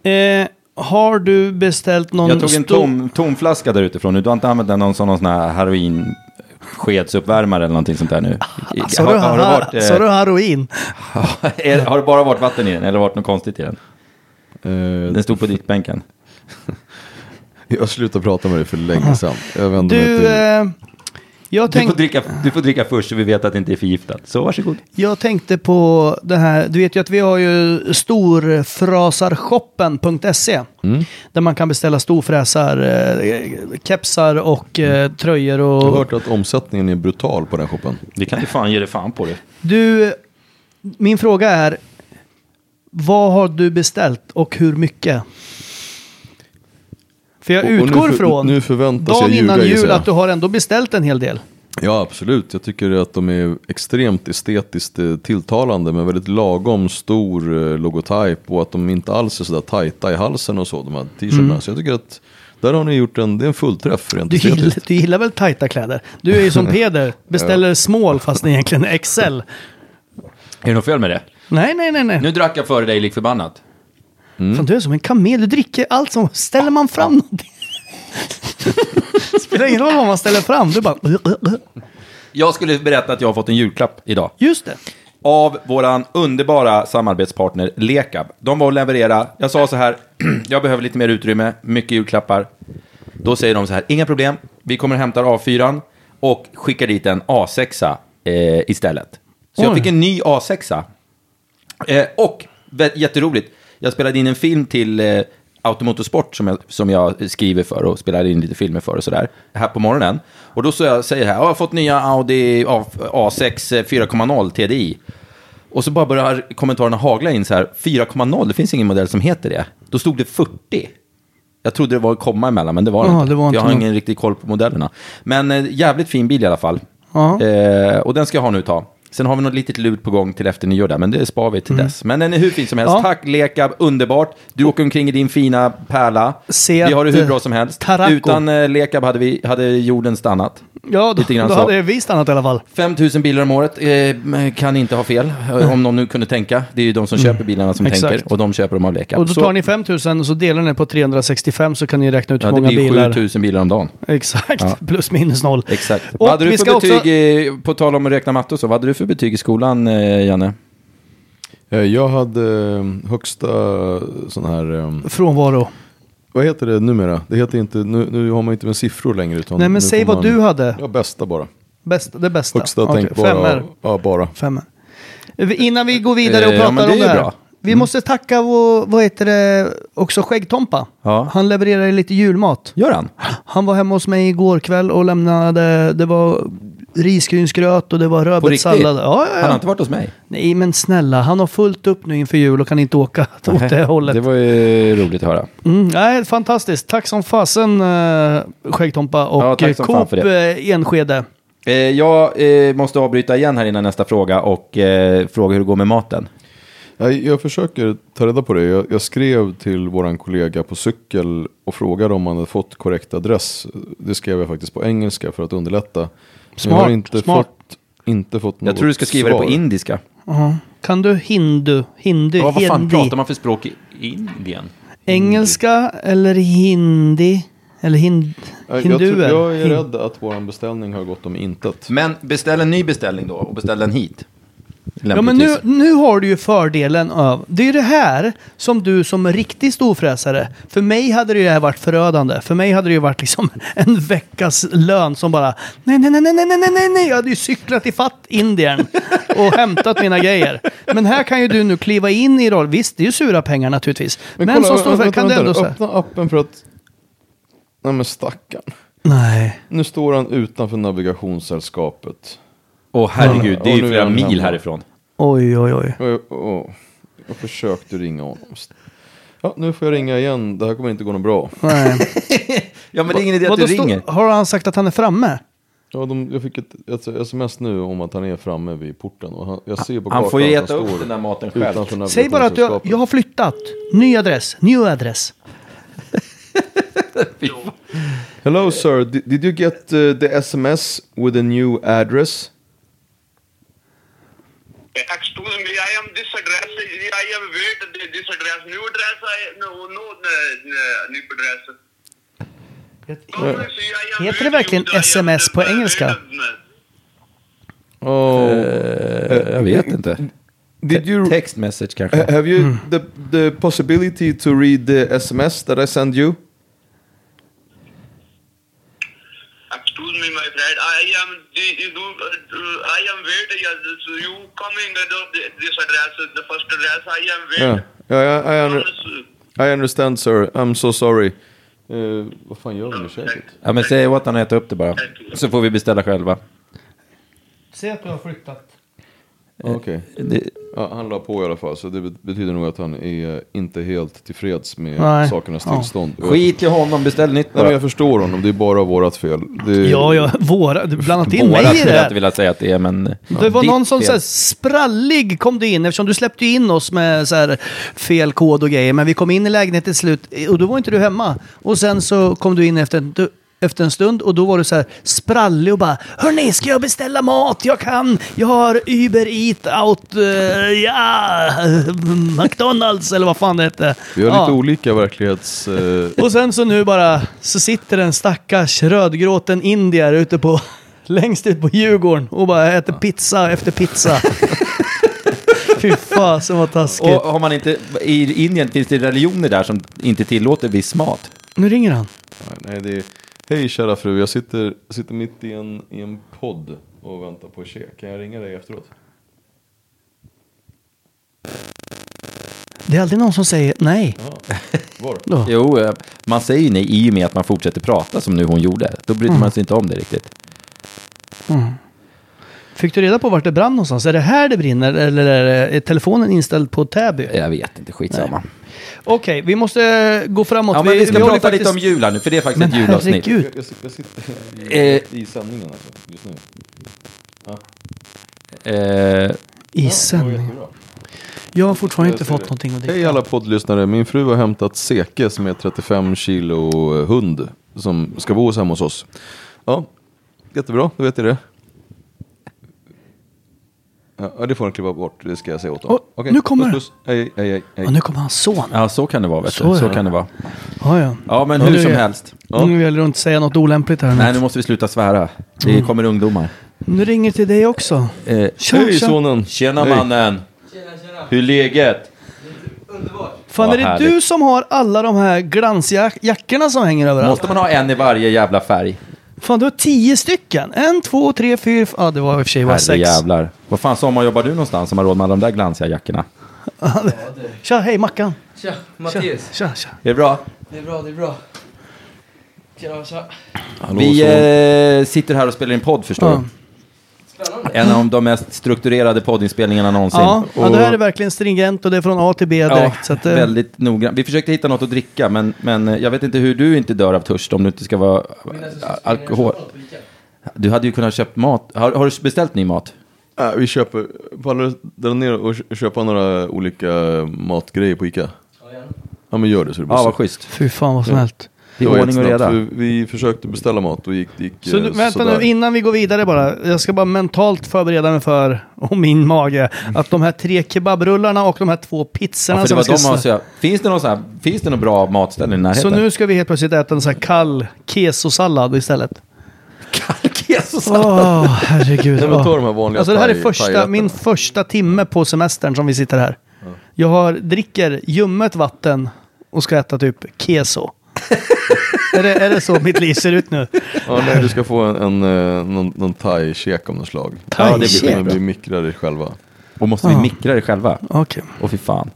Eh, har du beställt någon...
Jag tog en
stor-
tom, tom flaska där utifrån nu. Du har inte använt den någon sån, någon sån här heroin skedsuppvärmare eller någonting sånt där nu? I-
Sa Alltså, du, har,
det varit, eh,
sa du heroin?
är- har det bara varit vatten i den eller varit något konstigt i den?
Eh,
Den stod på dittbänken.
jag slutade prata med dig för länge sedan. Jag vänder mig till...
Du, eh, jag,
Du får,
tänk,
dricka, du får dricka först så vi vet att det inte är förgiftat. Så varsågod.
jag tänkte på det här. Du vet ju att vi har ju storfrasarshoppen.se. Där man kan beställa storfräsar, eh, kepsar och eh, tröjor och...
Jag har hört att omsättningen är brutal på den shoppen.
Det kan du fan ge dig fan på det.
Du, min fråga är. Vad har du beställt och hur mycket? För jag
Och- och nu
utgår
för-
från
nu
dagen
förväntas jag ljuga,
innan
gissar
jul
jag.
att du har ändå beställt en hel del.
Ja, absolut. Jag tycker att de är extremt estetiskt eh, tilltalande med väldigt lagom stor eh, logotyp och att de inte alls är sådär tajta i halsen och så, de här t-shirtarna.
Mm.
Så jag tycker att där har ni gjort en, det är en fullträff rent
Du gillar,
estetiskt.
du gillar väl tajta kläder? Du är ju som Peder, beställer small fast det egentligen är XL.
Är det något fel med det?
Nej, nej, nej, nej.
Nu drack jag före dig lik förbannat.
Mm.
Fan, du är som en kamel, du dricker allt som... Ställer man fram någonting? Spelar ingen roll vad man ställer fram, du bara...
Jag skulle berätta att jag har fått en julklapp idag.
Just det.
av våran underbara samarbetspartner Lekab. De var och leverera. Jag sa så här, jag behöver lite mer utrymme, mycket julklappar. Då säger de så här, inga problem, vi kommer och hämtar A4 och skickar dit en A6 eh, istället. Så jag
Oj.
fick en ny A6. Eh, och, vä- jätteroligt, jag spelade in en film till eh, Automotorsport som jag, som jag skriver för och spelar in lite filmer för och sådär. Här på morgonen. Och då så jag säger jag här, "Ja, jag har fått nya Audi A- A6 eh, 4.0 TDI. Och så bara börjar kommentarerna hagla in så här, 4.0, det finns ingen modell som heter det. Då stod det 40. Jag trodde det var ett komma emellan, men det var det
Jaha,
inte.
det var
För jag
inte
har
något.
ingen riktig koll på modellerna. Men eh, jävligt fin bil i alla fall.
Ja.
Eh, och den ska jag ha nu ett tag. Sen har vi något litet lurt på gång till efter nyår där, men det spar vi till dess. Men den är hur fin som helst.
Mm. Ja.
Tack Lekab, underbart. Du åker omkring i din fina pärla.
Se
vi har det
att,
hur
eh,
bra som helst.
Tarraco.
Utan eh, Lekab hade, vi, hade jorden stannat.
Ja, då,
Lite grann
då
så.
hade vi stannat i alla fall.
5 000 bilar om året eh, kan inte ha fel, eh, om någon nu kunde tänka. Det är ju de som köper bilarna som
Mm. Exakt.
tänker, och de köper dem av Lekab.
Och då
Så-
tar ni 5 000 och så delar ni på 365 så kan ni räkna ut hur
Ja, det
många
blir
bilar.
7 000 bilar om dagen.
Exakt,
Ja.
plus minus noll.
Exakt.
Och
vad hade
vi
du
ska
för betyg, eh, på tal om att räkna matte och så, vad hade du för betyg i skolan, eh, Janne?
Eh, Jag hade eh, högsta sån här, eh,
också frånvaro.
vad heter det numera? Det heter inte, nu, nu har man inte med siffror längre. Utan
Nej, men
nu
säg
får
vad
man-
du hade.
Ja, bästa bara.
Bästa, det bästa.
Högsta
Okej,
tänkbara.
Femmer.
Ja, bara.
Femmer. Vi- Innan vi går vidare och
Eh, ja,
pratar
men det
om
är
det
ju
här.
bra. Mm.
Vi måste tacka vår, vad heter det, också Skäggtompa.
Ja.
Han levererar ju lite julmat.
Göran?
Han var hemma hos mig igår kväll och lämnade, det var risgrynsgröt och det var
På riktigt?
rödbetssallad. Ja, ja,
Han har
ja.
inte varit hos mig.
Nej, men snälla, han har fullt upp nu inför jul och kan inte åka åt det hållet.
Det var ju roligt att höra.
Mm, nej, fantastiskt. Tack som fasen, eh, Skäggtompa
Ja,
och
tack
eh,
som fan
Coop
för
eh, Enskede.
Eh, jag eh, måste avbryta igen här innan nästa fråga och eh, fråga hur det går med maten.
Jag, jag försöker ta reda på det. Jag, jag skrev till våran kollega på cykel och frågade om han hade fått korrekt adress. Det skrev jag faktiskt på engelska för att underlätta. Men jag har
Smart,
inte
smart.
fått, inte fått något
Jag tror du ska skriva
svar.
det på indiska.
Kan du hindu? Hindi?
Ja, vad fan
hindi.
pratar man för språk i Indien?
Engelska eller hindi? Eller hind,
Jag, jag,
hinduer?
tror, jag är
Hin-
rädd att våran beställning har gått om intet.
Men beställ en ny beställning då och beställ den hit.
Ja, men nu, nu har du ju fördelen av... Det är ju det här som du som riktig storfräsare... För mig hade det ju här varit förödande. För mig hade det ju varit liksom en veckas lön som bara... Nej, nej, nej, nej, nej, nej, nej, nej, nej. Jag hade ju cyklat i fatt Indien och hämtat mina grejer. Men här kan ju du nu kliva in i roll. Visst, det är ju sura pengar naturligtvis. Men, som storfräsare kan du ändå säga...
Öppna appen för att... Nej men stackarn.
Nej.
Nu står han utanför navigationssällskapet.
Åh herregud, det är
Ja, nu
ju
är
flera
han
mil
hemma.
härifrån.
Oj, oj, oj.
Och jag, och jag försökte ringa honom. Ja, nu får jag ringa igen. Det här kommer inte gå något bra.
Nej.
Ja, men det är ingen idé att
Vadå,
du
stå-
ringer.
Har han sagt att han är framme?
Ja, de, jag fick ett, ett sms nu om att han är framme vid porten. Och han, jag ser på
Han
kartan
får ju
att
äta
står
upp den där maten själv.
utanför
Säg bara att jag,
navigationssällskapet.
jag har flyttat. Ny adress. New adress.
Hello sir, did, did you get uh, the SMS with a new address?
Excuse me, I am this address. I am wait this address. New address. I no no uh, new address.
Heter det verkligen SMS på engelska?
Oh,
Eh, jag vet inte.
did you...
Text message kanske.
Ha- Have you the, the possibility to read the SMS that I send you?
Excuse me, my friend. I am the, you, uh, I am wait. Yes, this, you coming at the, this address? The first address. I am wait.
Yeah. Yeah, yeah, I, under,
Honest-
I understand sir, I'm so sorry. Eh, vad fan gör vi nu säkert?
Ja, men säg åt han att äta upp det bara. Så får vi beställa själva.
Säg att du har flyttat.
Okej.
Det,
Ja, han la på i alla fall, så det bet- betyder nog att han är inte helt tillfreds med
Nej.
sakernas
Ja.
tillstånd. Och jag-
skit i honom, beställ nytt
Nej,
bara.
men jag förstår honom, det är bara vårat fel. Det,
Ja, ja, våra. Du blandat in
Vårat
mig i det
skulle jag inte
här.
vilja säga att det är, men...
Det var
ditt
någon som
fel.
sa sprallig kom du in eftersom du släppte ju in oss med så här, fel kod och grejer. Men vi kom in i lägenheten till slut och då var inte du hemma. Och sen så kom du in efter en, du, efter en stund och då var du så här sprallig och bara Hörni, ska jag beställa mat? Jag kan! Jag har Uber Eat Out... eh, ja! McDonalds eller vad fan det hette.
Vi har
ja.
lite olika verklighets... eh,
Och sen så nu bara, så sitter en stackars rödgråten indier ute på, längst ut på Djurgården och bara äter pizza efter pizza. Fy fasen vad taskigt.
Och har man inte... I Indien finns det religioner där som inte tillåter viss mat.
nu ringer han.
nej, det är, Hej kära fru, jag sitter, sitter mitt i en, i en podd och väntar på che. Kan jag ringa dig efteråt?
Det är alltid någon som säger nej.
Var?
Då.
Jo, eh, man säger ju nej i och med att man fortsätter prata som nu hon gjorde. Då bryr
Mm.
man sig inte om det riktigt.
Fick du reda på vart det brann någonstans? Är det här det brinner eller är, det, är telefonen inställd på Täby?
Jag vet inte, skitsamma.
Okej, vi måste eh, gå framåt.
Ja, men vi ska
håller
prata lite
faktiskt-
om jul här nu, för det är faktiskt
Men
ett julavsnitt.
herregud.
Jag, jag, sit- jag sitter
Eh.
i, i sändningen alltså, just nu.
Eh,
I sändning.
jättebra.
Jag har fortfarande inte
Jag ser
fått
det.
någonting att
Hej
dricka.
alla poddlyssnare, min fru har hämtat Seke som är 35 kilo hund som ska bo hemma hos oss. Ja, jättebra, då vet ni det. Ja, det får han klippa bort, det ska jag säga åt honom.
Åh, nu kommer
puss, puss. Hej, hej, hej, hej.
Och nu kommer hans son.
ja, så kan det vara, vet
Så
du.
är
Så
det.
kan det vara.
Ja, ja.
Ja, men
Ja,
hur
det
som
är-
helst.
Nu gäller det att inte säga något olämpligt här.
Nej, nu måste vi sluta svära. Det kommer ungdomar.
Nu ringer det till dig också.
Eh,
Tja,
Hej
tja.
sonen!
tjena
Hej.
mannen! Hur är läget?
Fan,
Vad
är det
härligt.
du som har alla de här glansiga jackorna som hänger överallt?
Måste man ha en i varje jävla färg?
Fan, du har tio stycken. En, två, tre, fyra... f- Ja, det var i och för sig bara
Herre
sex.
jävlar. Vad fan sommarjobbar du någonstans som har råd med alla de där glansiga jackorna?
Tja, hej Mackan.
Tja, Mattias.
Tja, tja.
Är det bra?
Det är bra, det är bra. Tjena, tja.
Hallå,
vi
son. eh,
eh, sitter här och spelar in podd förstår
Ja.
du. En av de mest strukturerade poddinspelningarna någonsin.
Ja, ja,
Och-
det här är verkligen stringent och det är från A till B direkt. så att, eh,
väldigt noggrann. Vi försökte hitta något att dricka, men, men eh, jag vet inte hur du inte dör av törst om du inte ska vara eh, alkohol. Du hade ju kunnat köpt mat. Har, har du beställt ny mat?
Äh, vi köper, pallar du ner och kö- köpa några olika eh, matgrejer på Ica? Ja men gör det så det blir
Ja,
så.
vad schysst.
Fy fan vad snällt.
Det
var
är ordning och
jättesnabbt,
reda.
för Vi, vi försökte beställa mat och gick, det gick
Så
eh,
nu, vänta
sådär.
nu, innan vi går vidare bara. Jag ska bara mentalt förbereda mig för, och min mage, att de här tre kebabrullarna och de här två pizzorna
Ja, för det
som
var
vi ska
de har, så
så,
jag, finns, det någon så här, finns det någon bra matställe i närheten?
så nu ska vi helt plötsligt äta en sån här kall kesosallad istället.
Kalkesosallad.
Åh, herregud.
Nej men ta
Åh.
de här vanliga
Alltså det här är
thai-
första,
thairätterna.
min första timme på semestern som vi sitter här. Jag har, dricker ljummet vatten och ska äta typ keso. är, det, är det så mitt liv ser ut nu?
Ja nej du ska få en, en eh, någon, någon thai-käk av något slag.
Thai-käk?
Ja, det blir, vi mikrar det själva.
Och måste vi mikra det själva?
Okej.
Åh fy fan.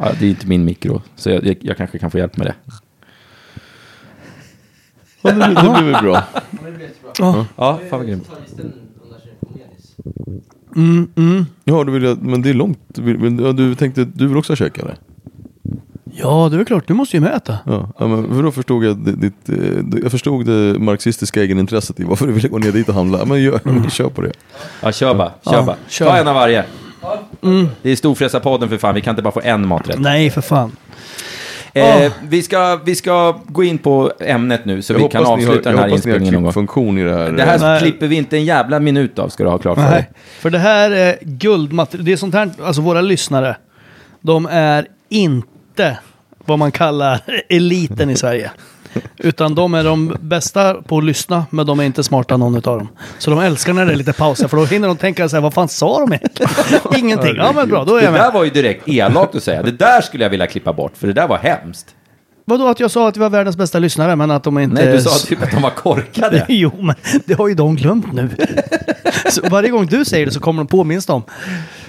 Ja, det är inte min mikro, så jag, jag, jag kanske kan få hjälp med det.
Ja, det, blir- det blir väl bra. Mm.
Ja, fan vad grymt.
Ja du vill, men det är långt. Du, vill, ja, du tänkte, du vill också ha käk eller?
Ja, det är klart. Du måste ju med äta.
Ja, ja men för då förstod jag di- ditt, eh, di- jag förstod det marxistiska egenintresset i varför du ville gå ner dit och handla. Men gör,
Mm.
men kör på det.
Ja, kör bara. Kör
Ja,
bara.
kör. Mm.
Ta en av varje. Det är Storfräsarpodden för fan, vi kan inte bara få en maträtt.
Nej, för fan.
Eh, vi, ska, vi ska gå in på ämnet nu så vi kan avsluta den här
Ah. jag hoppas ni har
inspelningen någon gång.
klippfunktion i det här.
Det här
Nej.
klipper vi inte en jävla minut av ska du ha klart för dig.
Nej. För det här är guldmaterial. Det är sånt här, alltså våra lyssnare, de är inte vad man kallar eliten i Sverige. Utan de är de bästa på att lyssna, men de är inte smarta någon av dem. Så de älskar när det är lite pauser, för då hinner de tänka så här, vad fan sa de egentligen? Ingenting. Ja men bra, då är
Det
jag
där
med.
var ju direkt elakt att säga. Det där skulle jag vilja klippa bort, för det där var hemskt.
Vadå att jag sa att vi var världens bästa lyssnare, men att de inte...
Nej, du sa typ att de var korkade.
Jo, men det har ju de glömt nu. Så varje gång du säger det så kommer de påminns de.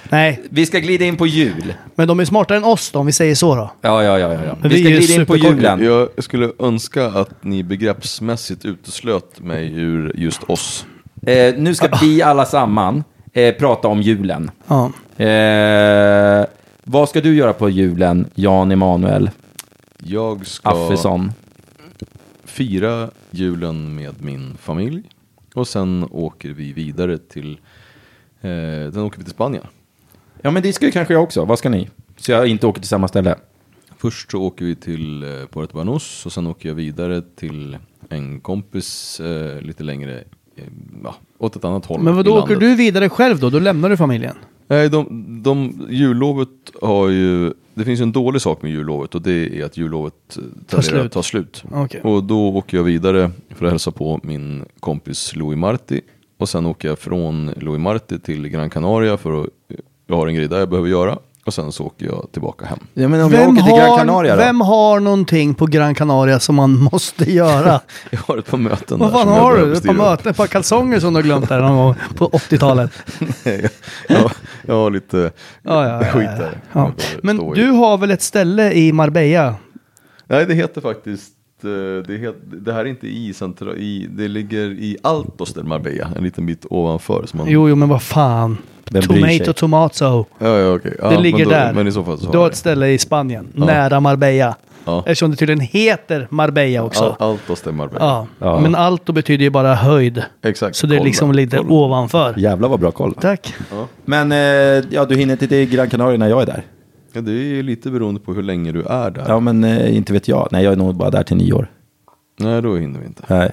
Nej,
Vi ska glida in på jul.
men de är smartare än oss då, om vi säger så då.
Ja, ja, ja. ja, ja.
Men
Vi
vi
ska
är ju
glida in på
superkorkade.
julen.
Jag skulle önska att ni begreppsmässigt uteslöt mig ur just oss.
Eh, nu ska vi alla samman eh, prata om julen.
Ja.
Eh, vad ska du göra på julen, Jan Emanuel
Jag ska
Affesson?
fira julen med min familj och sen åker vi vidare till, eh, sen åker vi till Spanien.
Ja, men det ska ju kanske jag också. Vad ska ni? Så jag inte åker till samma ställe.
Först så åker vi till eh, Puerto Banús och sen åker jag vidare till en kompis eh, lite längre eh, ja, åt ett annat håll.
Men
i
vadå, åker
landet.
du vidare själv då? Då lämnar du familjen?
Nej, de, de, jullovet har ju... Det finns ju en dålig sak med jullovet och det är att jullovet eh, tenderar
slut.
att ta slut.
Okej.
Och då åker jag vidare för att hälsa på min kompis Louis Marti. Och sen åker jag från Louis Marti till Gran Canaria för att eh, jag har en grej där jag behöver göra. Och sen så åker jag tillbaka hem.
Ja, men om jag åker till Gran Canaria då?
vem har någonting på Gran Canaria som man måste göra?
Jag har ett par möten
Vad
där
fan
som jag
har
behöver
du? Ett par
styra upp.
möten, ett par kalsonger som du har glömt där någon gång på 80-talet.
Nej, jag, jag har lite
Ja, ja, ja,
skit
ja.
där.
Ja.
Jag behöver
Men
stå i.
du har väl ett ställe i Marbella?
Nej, det heter faktiskt... eh, Det, het, det här är inte i central... I, det ligger i Altos del Marbella, en liten bit ovanför. Så man,
Jo, jo, men vad fan.
Vem bryr sig?
Tomato, tomato.
Ja, ja, okej. Ja,
Det ligger
men då,
där.
Men i så fall så
du
har
har
jag
ett ställe i Spanien, nära Marbella.
Ja.
Eftersom det tydligen heter Marbella
det. Al,
också.
Altos del Marbella.
Ja.
Ja.
Men alto betyder ju bara höjd.
Exakt.
Så det är
Kolla,
liksom lite
kolla.
ovanför.
Jävlar vad bra koll.
Tack.
Men eh, ja, du hinner inte till Gran Canaria när jag är där.
Ja, det är ju lite beroende på hur länge du är där.
Ja, men eh, inte vet jag. Nej, jag är nog bara där till nyår.
Nej, då hinner vi inte.
Nej,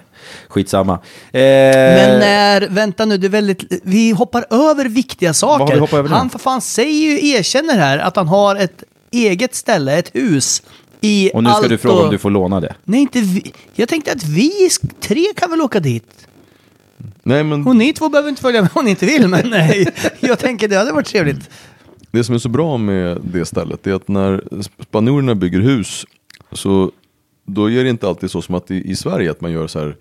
skitsamma. Eh,
Men eh, när, vänta nu, det är väldigt, vi hoppar över viktiga
Vad har
saker.
vi hoppat över nu?
han för fan säger ju, erkänner här att han har ett eget ställe, ett hus i
och nu ska du
Alto.
fråga om du får låna det.
Nej, inte vi. Jag tänkte att vi sk- tre kan väl åka dit.
Nej, men
Och ni två behöver inte följa med om ni inte vill, men nej. Jag tänker det hade varit trevligt.
Det som är så bra med det stället är att när spanjorerna bygger hus så då är det inte alltid så som att i, i Sverige att man gör så här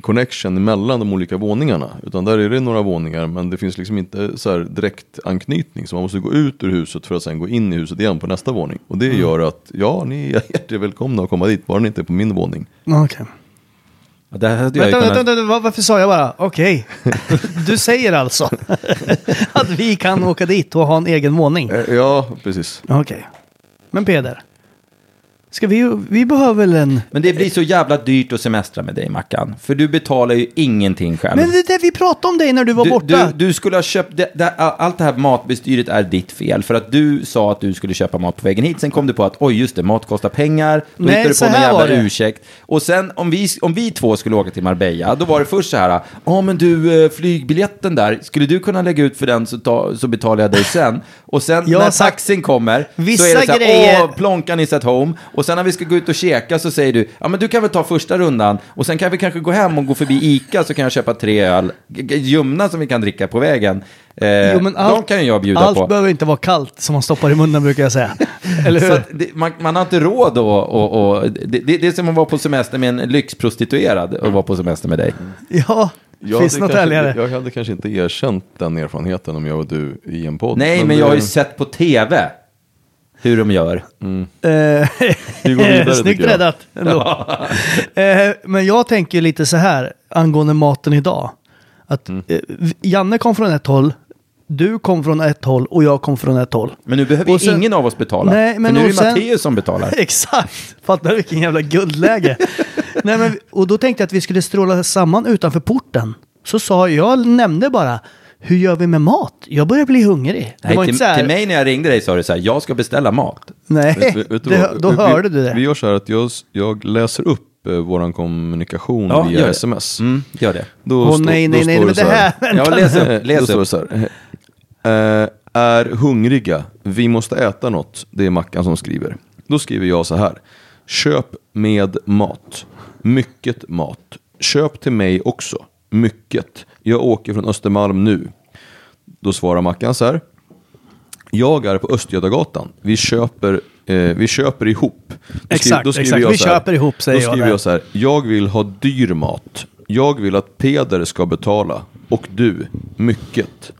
connection mellan de olika våningarna. Utan där är det några våningar men det finns liksom inte så här direkt anknytning. Så man måste gå ut ur huset för att sen gå in i huset igen på nästa våning. Och
Mm.
det gör att ja, ni är hjärtligt välkomna att komma dit bara ni inte är på min våning.
Okej.
Ja, Det hade jag ju
Vänta,
kunnat...
vänta, vänta, var- varför sa jag bara okej? Du säger alltså att vi kan åka dit och ha en egen våning?
Eh, Ja, precis.
Okej. Men Peder, ska vi, vi behöver väl en...
Men det blir så jävla dyrt att semestra med dig, Mackan. För du betalar ju ingenting själv.
Men det är det vi pratade om dig när du var
du,
borta.
Du, du skulle ha köpt, det, det, allt det här matbestyret är ditt fel. För att du sa att du skulle köpa mat på vägen hit. Sen kom du på att oj just det, mat kostar pengar. Då
Nej,
hittade du
så
på någon
här var
jävla
det.
ursäkt. Och sen om vi, om vi två skulle åka till Marbella, då var det först så här. Ja men du, eh, flygbiljetten där, skulle du kunna lägga ut för den så, ta, så betalar jag dig sen. Och sen
Jag har
när
sagt-
taxin kommer så är
Vissa
det så här,
grejer-
åh plånkan is at home. Och sen när vi ska gå ut och käka så säger du, ja men du kan väl ta första rundan. Och sen kan vi kanske gå hem och gå förbi ICA så kan jag köpa tre öl, g- g- ljumna som vi kan dricka på vägen. Eh,
Jo, men allt-
de kan ju jag bjuda
Allt
på.
behöver inte vara kallt som man stoppar i munnen brukar jag säga. Eller
Så
hur?
att det, man, man har inte råd att... Och, och, det, det, det är som att vara på semester med en lyxprostituerad och vara på semester med dig.
Ja,
Jag
finns
hade
något
kanske,
ärligare?
Jag hade kanske inte erkänt den erfarenheten om jag var du i en podd.
Nej, men, jag
det-
har ju sett på tv hur de gör.
Eh,
Vi går vidare,
Snyggt
tycker jag.
räddat ändå. Eh, Men jag tänker lite så här angående maten idag. Att,
Mm.
eh, vi- Janne kom från ett håll, du kom från ett håll och jag kom från ett håll.
Men nu behöver
Och
ju
sen-
ingen av oss betala.
Nej,
för
men
nu är
och
det
sen-
Matteus som betalar.
Exakt! Fattar vilken jävla guldläge. Nej, men, och då tänkte jag att vi skulle stråla samman utanför porten. Så sa jag, jag nämnde bara, hur gör vi med mat? Jag börjar bli hungrig. Det
Nej,
var
till,
inte så här,
till mig när jag ringde dig sa du så här, jag ska beställa mat.
Vet-
Nej,
vet- vet du
det,
vad?
då
Vi-
hörde du det.
Vi gör så här att jag, s- jag läser upp eh, våran kommunikation
Ja, gör
via
det.
sms.
Mm, gör det.
Då
Åh
stå-
nej,
då
nej, nej,
står
men det
så
här,
Ja, läs upp,
då
läs
står det
upp.
så här. Eh, är hungriga, vi måste äta något. Det är Mackan som skriver. Då skriver jag så här. Köp med mat. Mycket mat. Köp till mig också. Mycket. Jag åker från Östermalm nu. Då svarar Mackan så här. Jag är på Östgötagatan. Vi köper, eh, vi köper ihop. Då skri-
Exakt, exakt. Vi
så här-
köper ihop, säger
Då
jag
skriver
där.
jag så här. Jag vill ha dyr mat. Jag vill att Peder ska betala. Och du, mycket.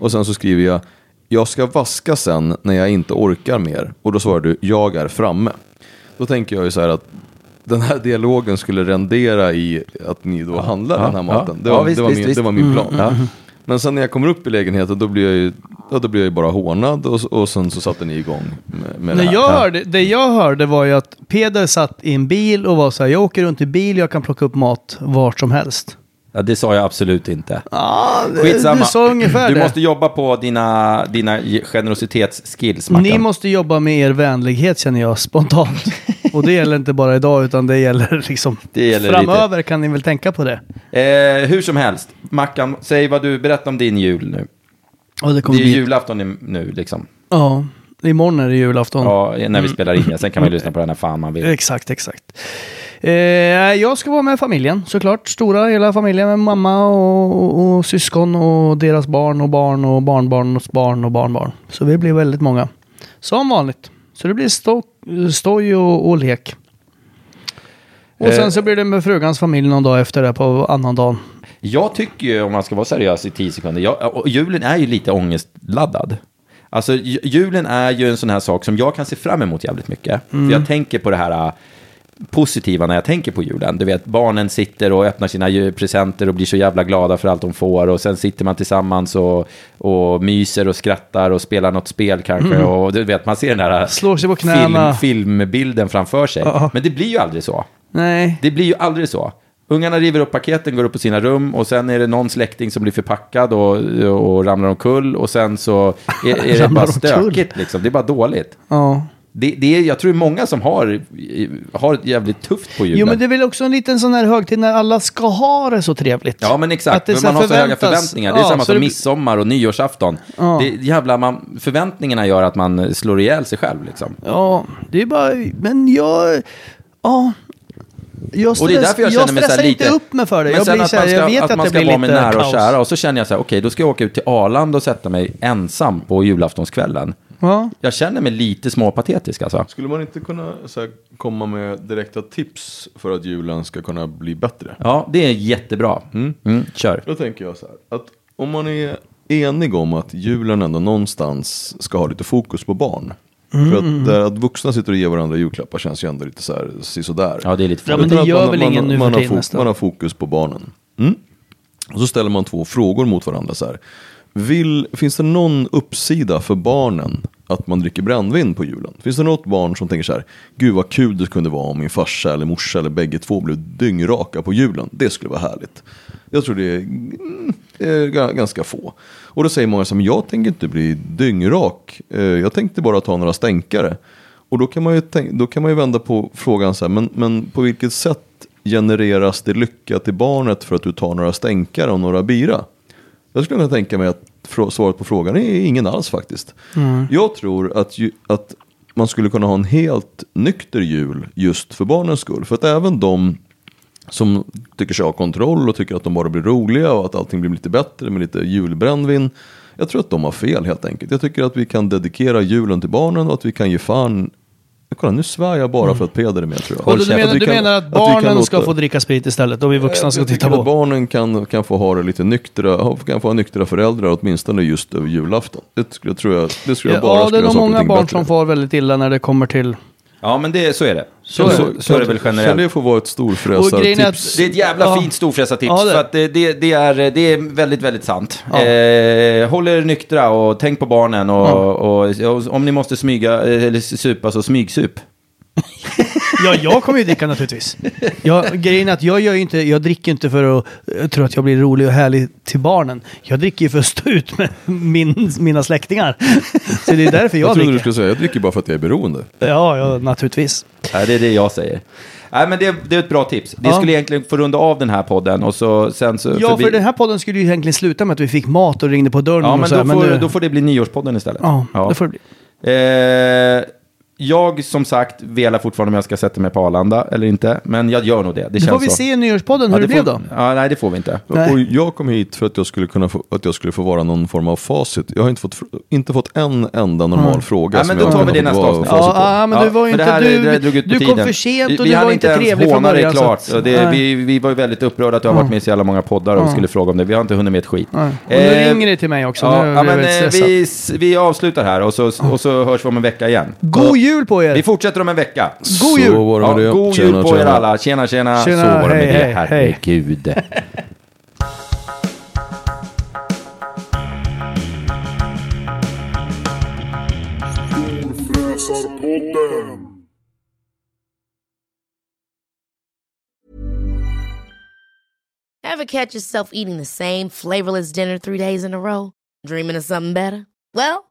Och sen så skriver jag. Jag ska vaska sen när jag inte orkar mer. Och då svarar du. Jag är framme. Då tänker jag ju så här att den här dialogen skulle rendera i att ni då handlar den här
ja,
maten. Det
ja,
var,
visst,
det var,
visst,
min,
visst. Mm,
Det var min plan. Men sen när jag kommer upp i lägenheten då blir jag ju, ja, då blir jag ju bara hånad och, och sen så satte ni igång med, med det
När
här.
jag hörde, det jag hörde var ju att Peder satt i en bil och var så här, jag åker runt i bil, jag kan plocka upp mat vart som helst.
Ja, det sa jag absolut inte.
Ja,
Skitsamma.
Du sa ungefär
du
det.
måste jobba på dina, dina generositetsskills, Mackan.
Ni måste jobba med er vänlighet känner jag spontant. Och det gäller inte bara idag utan det gäller liksom
Det gäller
framöver kan ni väl tänka på det.
eh, hur som helst, Mackan, säg vad du, berätta om din jul nu.
Och det
Det
kommer
är
bli... Mm.
julafton i- nu, liksom.
Ja, imorgon är det julafton.
Ja, när vi
Mm.
spelar in, ja. sen kan man ju lyssna på den här fan man vill.
Exakt, exakt. Eh, jag ska vara med familjen såklart. Stora, hela familjen med mamma och, och, och syskon och deras barn och barn och barnbarns barn och barnbarn. Så vi blir väldigt många. Som vanligt. Så det blir stå, stoj och, och lek. Och
Eh.
sen så blir det med frugans familj någon dag efter det på annandagen.
Jag tycker ju, om man ska vara seriös i tio sekunder, jag, och julen är ju lite ångestladdad. Alltså ju- julen är ju en sån här sak som jag kan se fram emot jävligt mycket.
Mm.
För jag tänker på det här äh, positiva när jag tänker på julen. Du vet, barnen sitter och öppnar sina ju- presenter och blir så jävla glada för allt de får. Och sen sitter man tillsammans och, och myser och skrattar och spelar något spel kanske. Och du vet, man ser den här
Mm. Slår sig på knäna.
Film, filmbilden framför sig.
Ja.
Men det blir ju aldrig så.
Nej.
Det blir ju aldrig så. Ungarna river upp paketen, går upp på sina rum och sen är det någon släkting som blir förpackad och, och ramlar omkull och sen så är, är det
Ramlar
bara
omkull.
stökigt liksom. Det är bara dåligt.
Ja.
Det, det är, jag tror det är många som har, har ett jävligt tufft på julen.
Jo men det är väl också en liten sån här högtid när alla ska ha det så trevligt.
Ja men exakt,
det
men
så
man
här
har så höga
förväntas-
förväntningar. Det är
Ja,
samma
så
som
det-
midsommar och nyårsafton.
Ja.
Det, jävla man, förväntningarna gör att man slår ihjäl sig själv liksom.
Ja, det är bara, men jag, ja. Jag,
Och det är
stress-
därför jag, känner mig så
stressar
här lite...
inte upp mig för det.
Men
Jag,
sen
blir
att
så här,
man ska,
jag vet att,
att man
det
ska
blir
vara med
lite
nära och
kaos.
kära. Och så känner jag så här, okej, då ska jag åka ut till Arlanda och sätta mig ensam på julaftonskvällen.
Ja.
Jag känner mig lite småpatetisk alltså.
Skulle man inte kunna så här, komma med direkta tips för att julen ska kunna bli bättre?
Ja, det är jättebra. Mm. kör.
Då tänker jag så här, att om man är enig om att julen ändå någonstans ska ha lite fokus på barn. För
Mm.
att, där, att vuxna sitter och ger varandra julklappar känns ju ändå lite så här, sisådär.
Ja, det är lite
Ja,
fånigt.
men det
Utan att
gör väl ingen nu
man,
för
har
tiden
fo-
nästan.
man har fokus på barnen. Mm. Och så ställer man två frågor mot varandra. så här. Vill, finns det någon uppsida för barnen att man dricker brännvin på julen? Finns det något barn som tänker så här, gud vad kul det kunde vara om min farsa eller morsa eller bägge två blev dyngraka på julen. Det skulle vara härligt. Jag tror det är, mm, det är ga- ganska få. Och då säger många så här, men jag tänker inte bli dyngrak. Eh, Jag tänkte bara ta några stänkare. Och då kan man ju, tänk, då kan man ju vända på frågan så här, men, men på vilket sätt genereras det lycka till barnet för att du tar några stänkare och några bira? Jag skulle kunna tänka mig att frå- svaret på frågan är ingen alls faktiskt. Jag tror att, ju, att man skulle kunna ha en helt nykter jul just för barnens skull. För att även de som tycker sig ha kontroll och tycker att de bara blir roliga och att allting blir lite bättre med lite julbrännvin. Jag tror att de har fel helt enkelt. Jag tycker att vi kan dedikera julen till barnen och att vi kan ge fan... Kolla nu svär jag bara för att Peder är med tror jag.
Och du, Mm. du,
Att
menar,
vi
du
kan-
menar att
vi kan
barnen ska
låta-
få dricka sprit istället och vi vuxna ska
jag
titta
tycker att
på?
Barnen kan, kan få ha det lite nyktra, kan få ha nyktra föräldrar åtminstone just över julafton. Det skulle, tror jag, det skulle
Ja,
jag bara
det
skulle
är nog
göra saker och
många
ting
barn
bättre.
som får väldigt illa när det kommer till...
Ja, men det, så är det. Så,
Så,
så, så, är det väl
Kan det
generellt.
få vara ett
Och grejen är att-
storfräsartips?
Det är ett jävla
Ja.
fint storfräsartips.
Ja, det-
För att det, det, det, är, det är väldigt, väldigt sant. Eh, håll er nyktra och tänk på barnen. Och, och, och om ni måste smyga, eh, eller supa, så smygsup.
Ja, jag kommer ju dricka naturligtvis. Jag, grejen är att jag, gör ju inte, jag dricker inte för att eh, tro att jag blir rolig och härlig till barnen. Jag dricker ju för att stå ut med min, mina släktingar. Så det är därför jag,
Jag trodde du
dricker.
skulle säga, jag dricker bara för att jag är beroende.
Ja, ja, naturligtvis.
Ja, det är det jag säger. Nej, men det, det är ett bra tips. Det
Ja.
skulle egentligen få runda av den här podden och så sen så...
Ja,
vi-
för den här podden skulle ju egentligen sluta med att vi fick mat och ringde på dörren
Ja,
och
men,
så här,
då, får,
det-
då får det bli nyårspodden istället.
Ja, det får det bli.
Eh, jag som sagt velar fortfarande om jag ska sätta mig på Arlanda eller inte, men jag gör nog det. Det,
Det
känns
får vi
så.
se i nyårspodden hur
ja,
det, blev
får,
då.
Ja, nej, det får vi inte.
Nej.
Och jag kom hit för att jag skulle, kunna få, att jag skulle få vara någon form av facit. Jag har inte fått, fr- inte fått en enda normal fråga.
Ja,
som
men
jag
då tar
hade
vi det
fått
nästa
vara
avsnitt.
facit på.
Ja, ja, men du var ju
det
inte-
det
du-
här drog ut på
du kom
tiden.
för sent och
vi
du
hann
var inte
ens
trevlig från
håna det
början, så
klart.
att-
Och det,
Nej.
vi, vi var ju väldigt upprörda att du har varit med i så jävla många poddar och skulle fråga om det. Vi har inte hunnit med ett skit. Eh,
Ja. Och nu ringer det till mig också.
Ja,
nu blir
ja,
jag
men,
väldigt
eh,
stressad.
vi, s- vi avslutar här och så, och så hörs vi om en vecka igen.
God jul på er!
Vi fortsätter om en vecka.
God jul!
Så var det med det.
Ja, god jul
Tjena,
på er
tjena.
alla. Tjena, tjena.
Tjena,
så var det med
hej,
det.
hej, hej.
Herregud.
Ever catch yourself eating the same flavorless dinner three days in a row? Dreaming of something better? Well,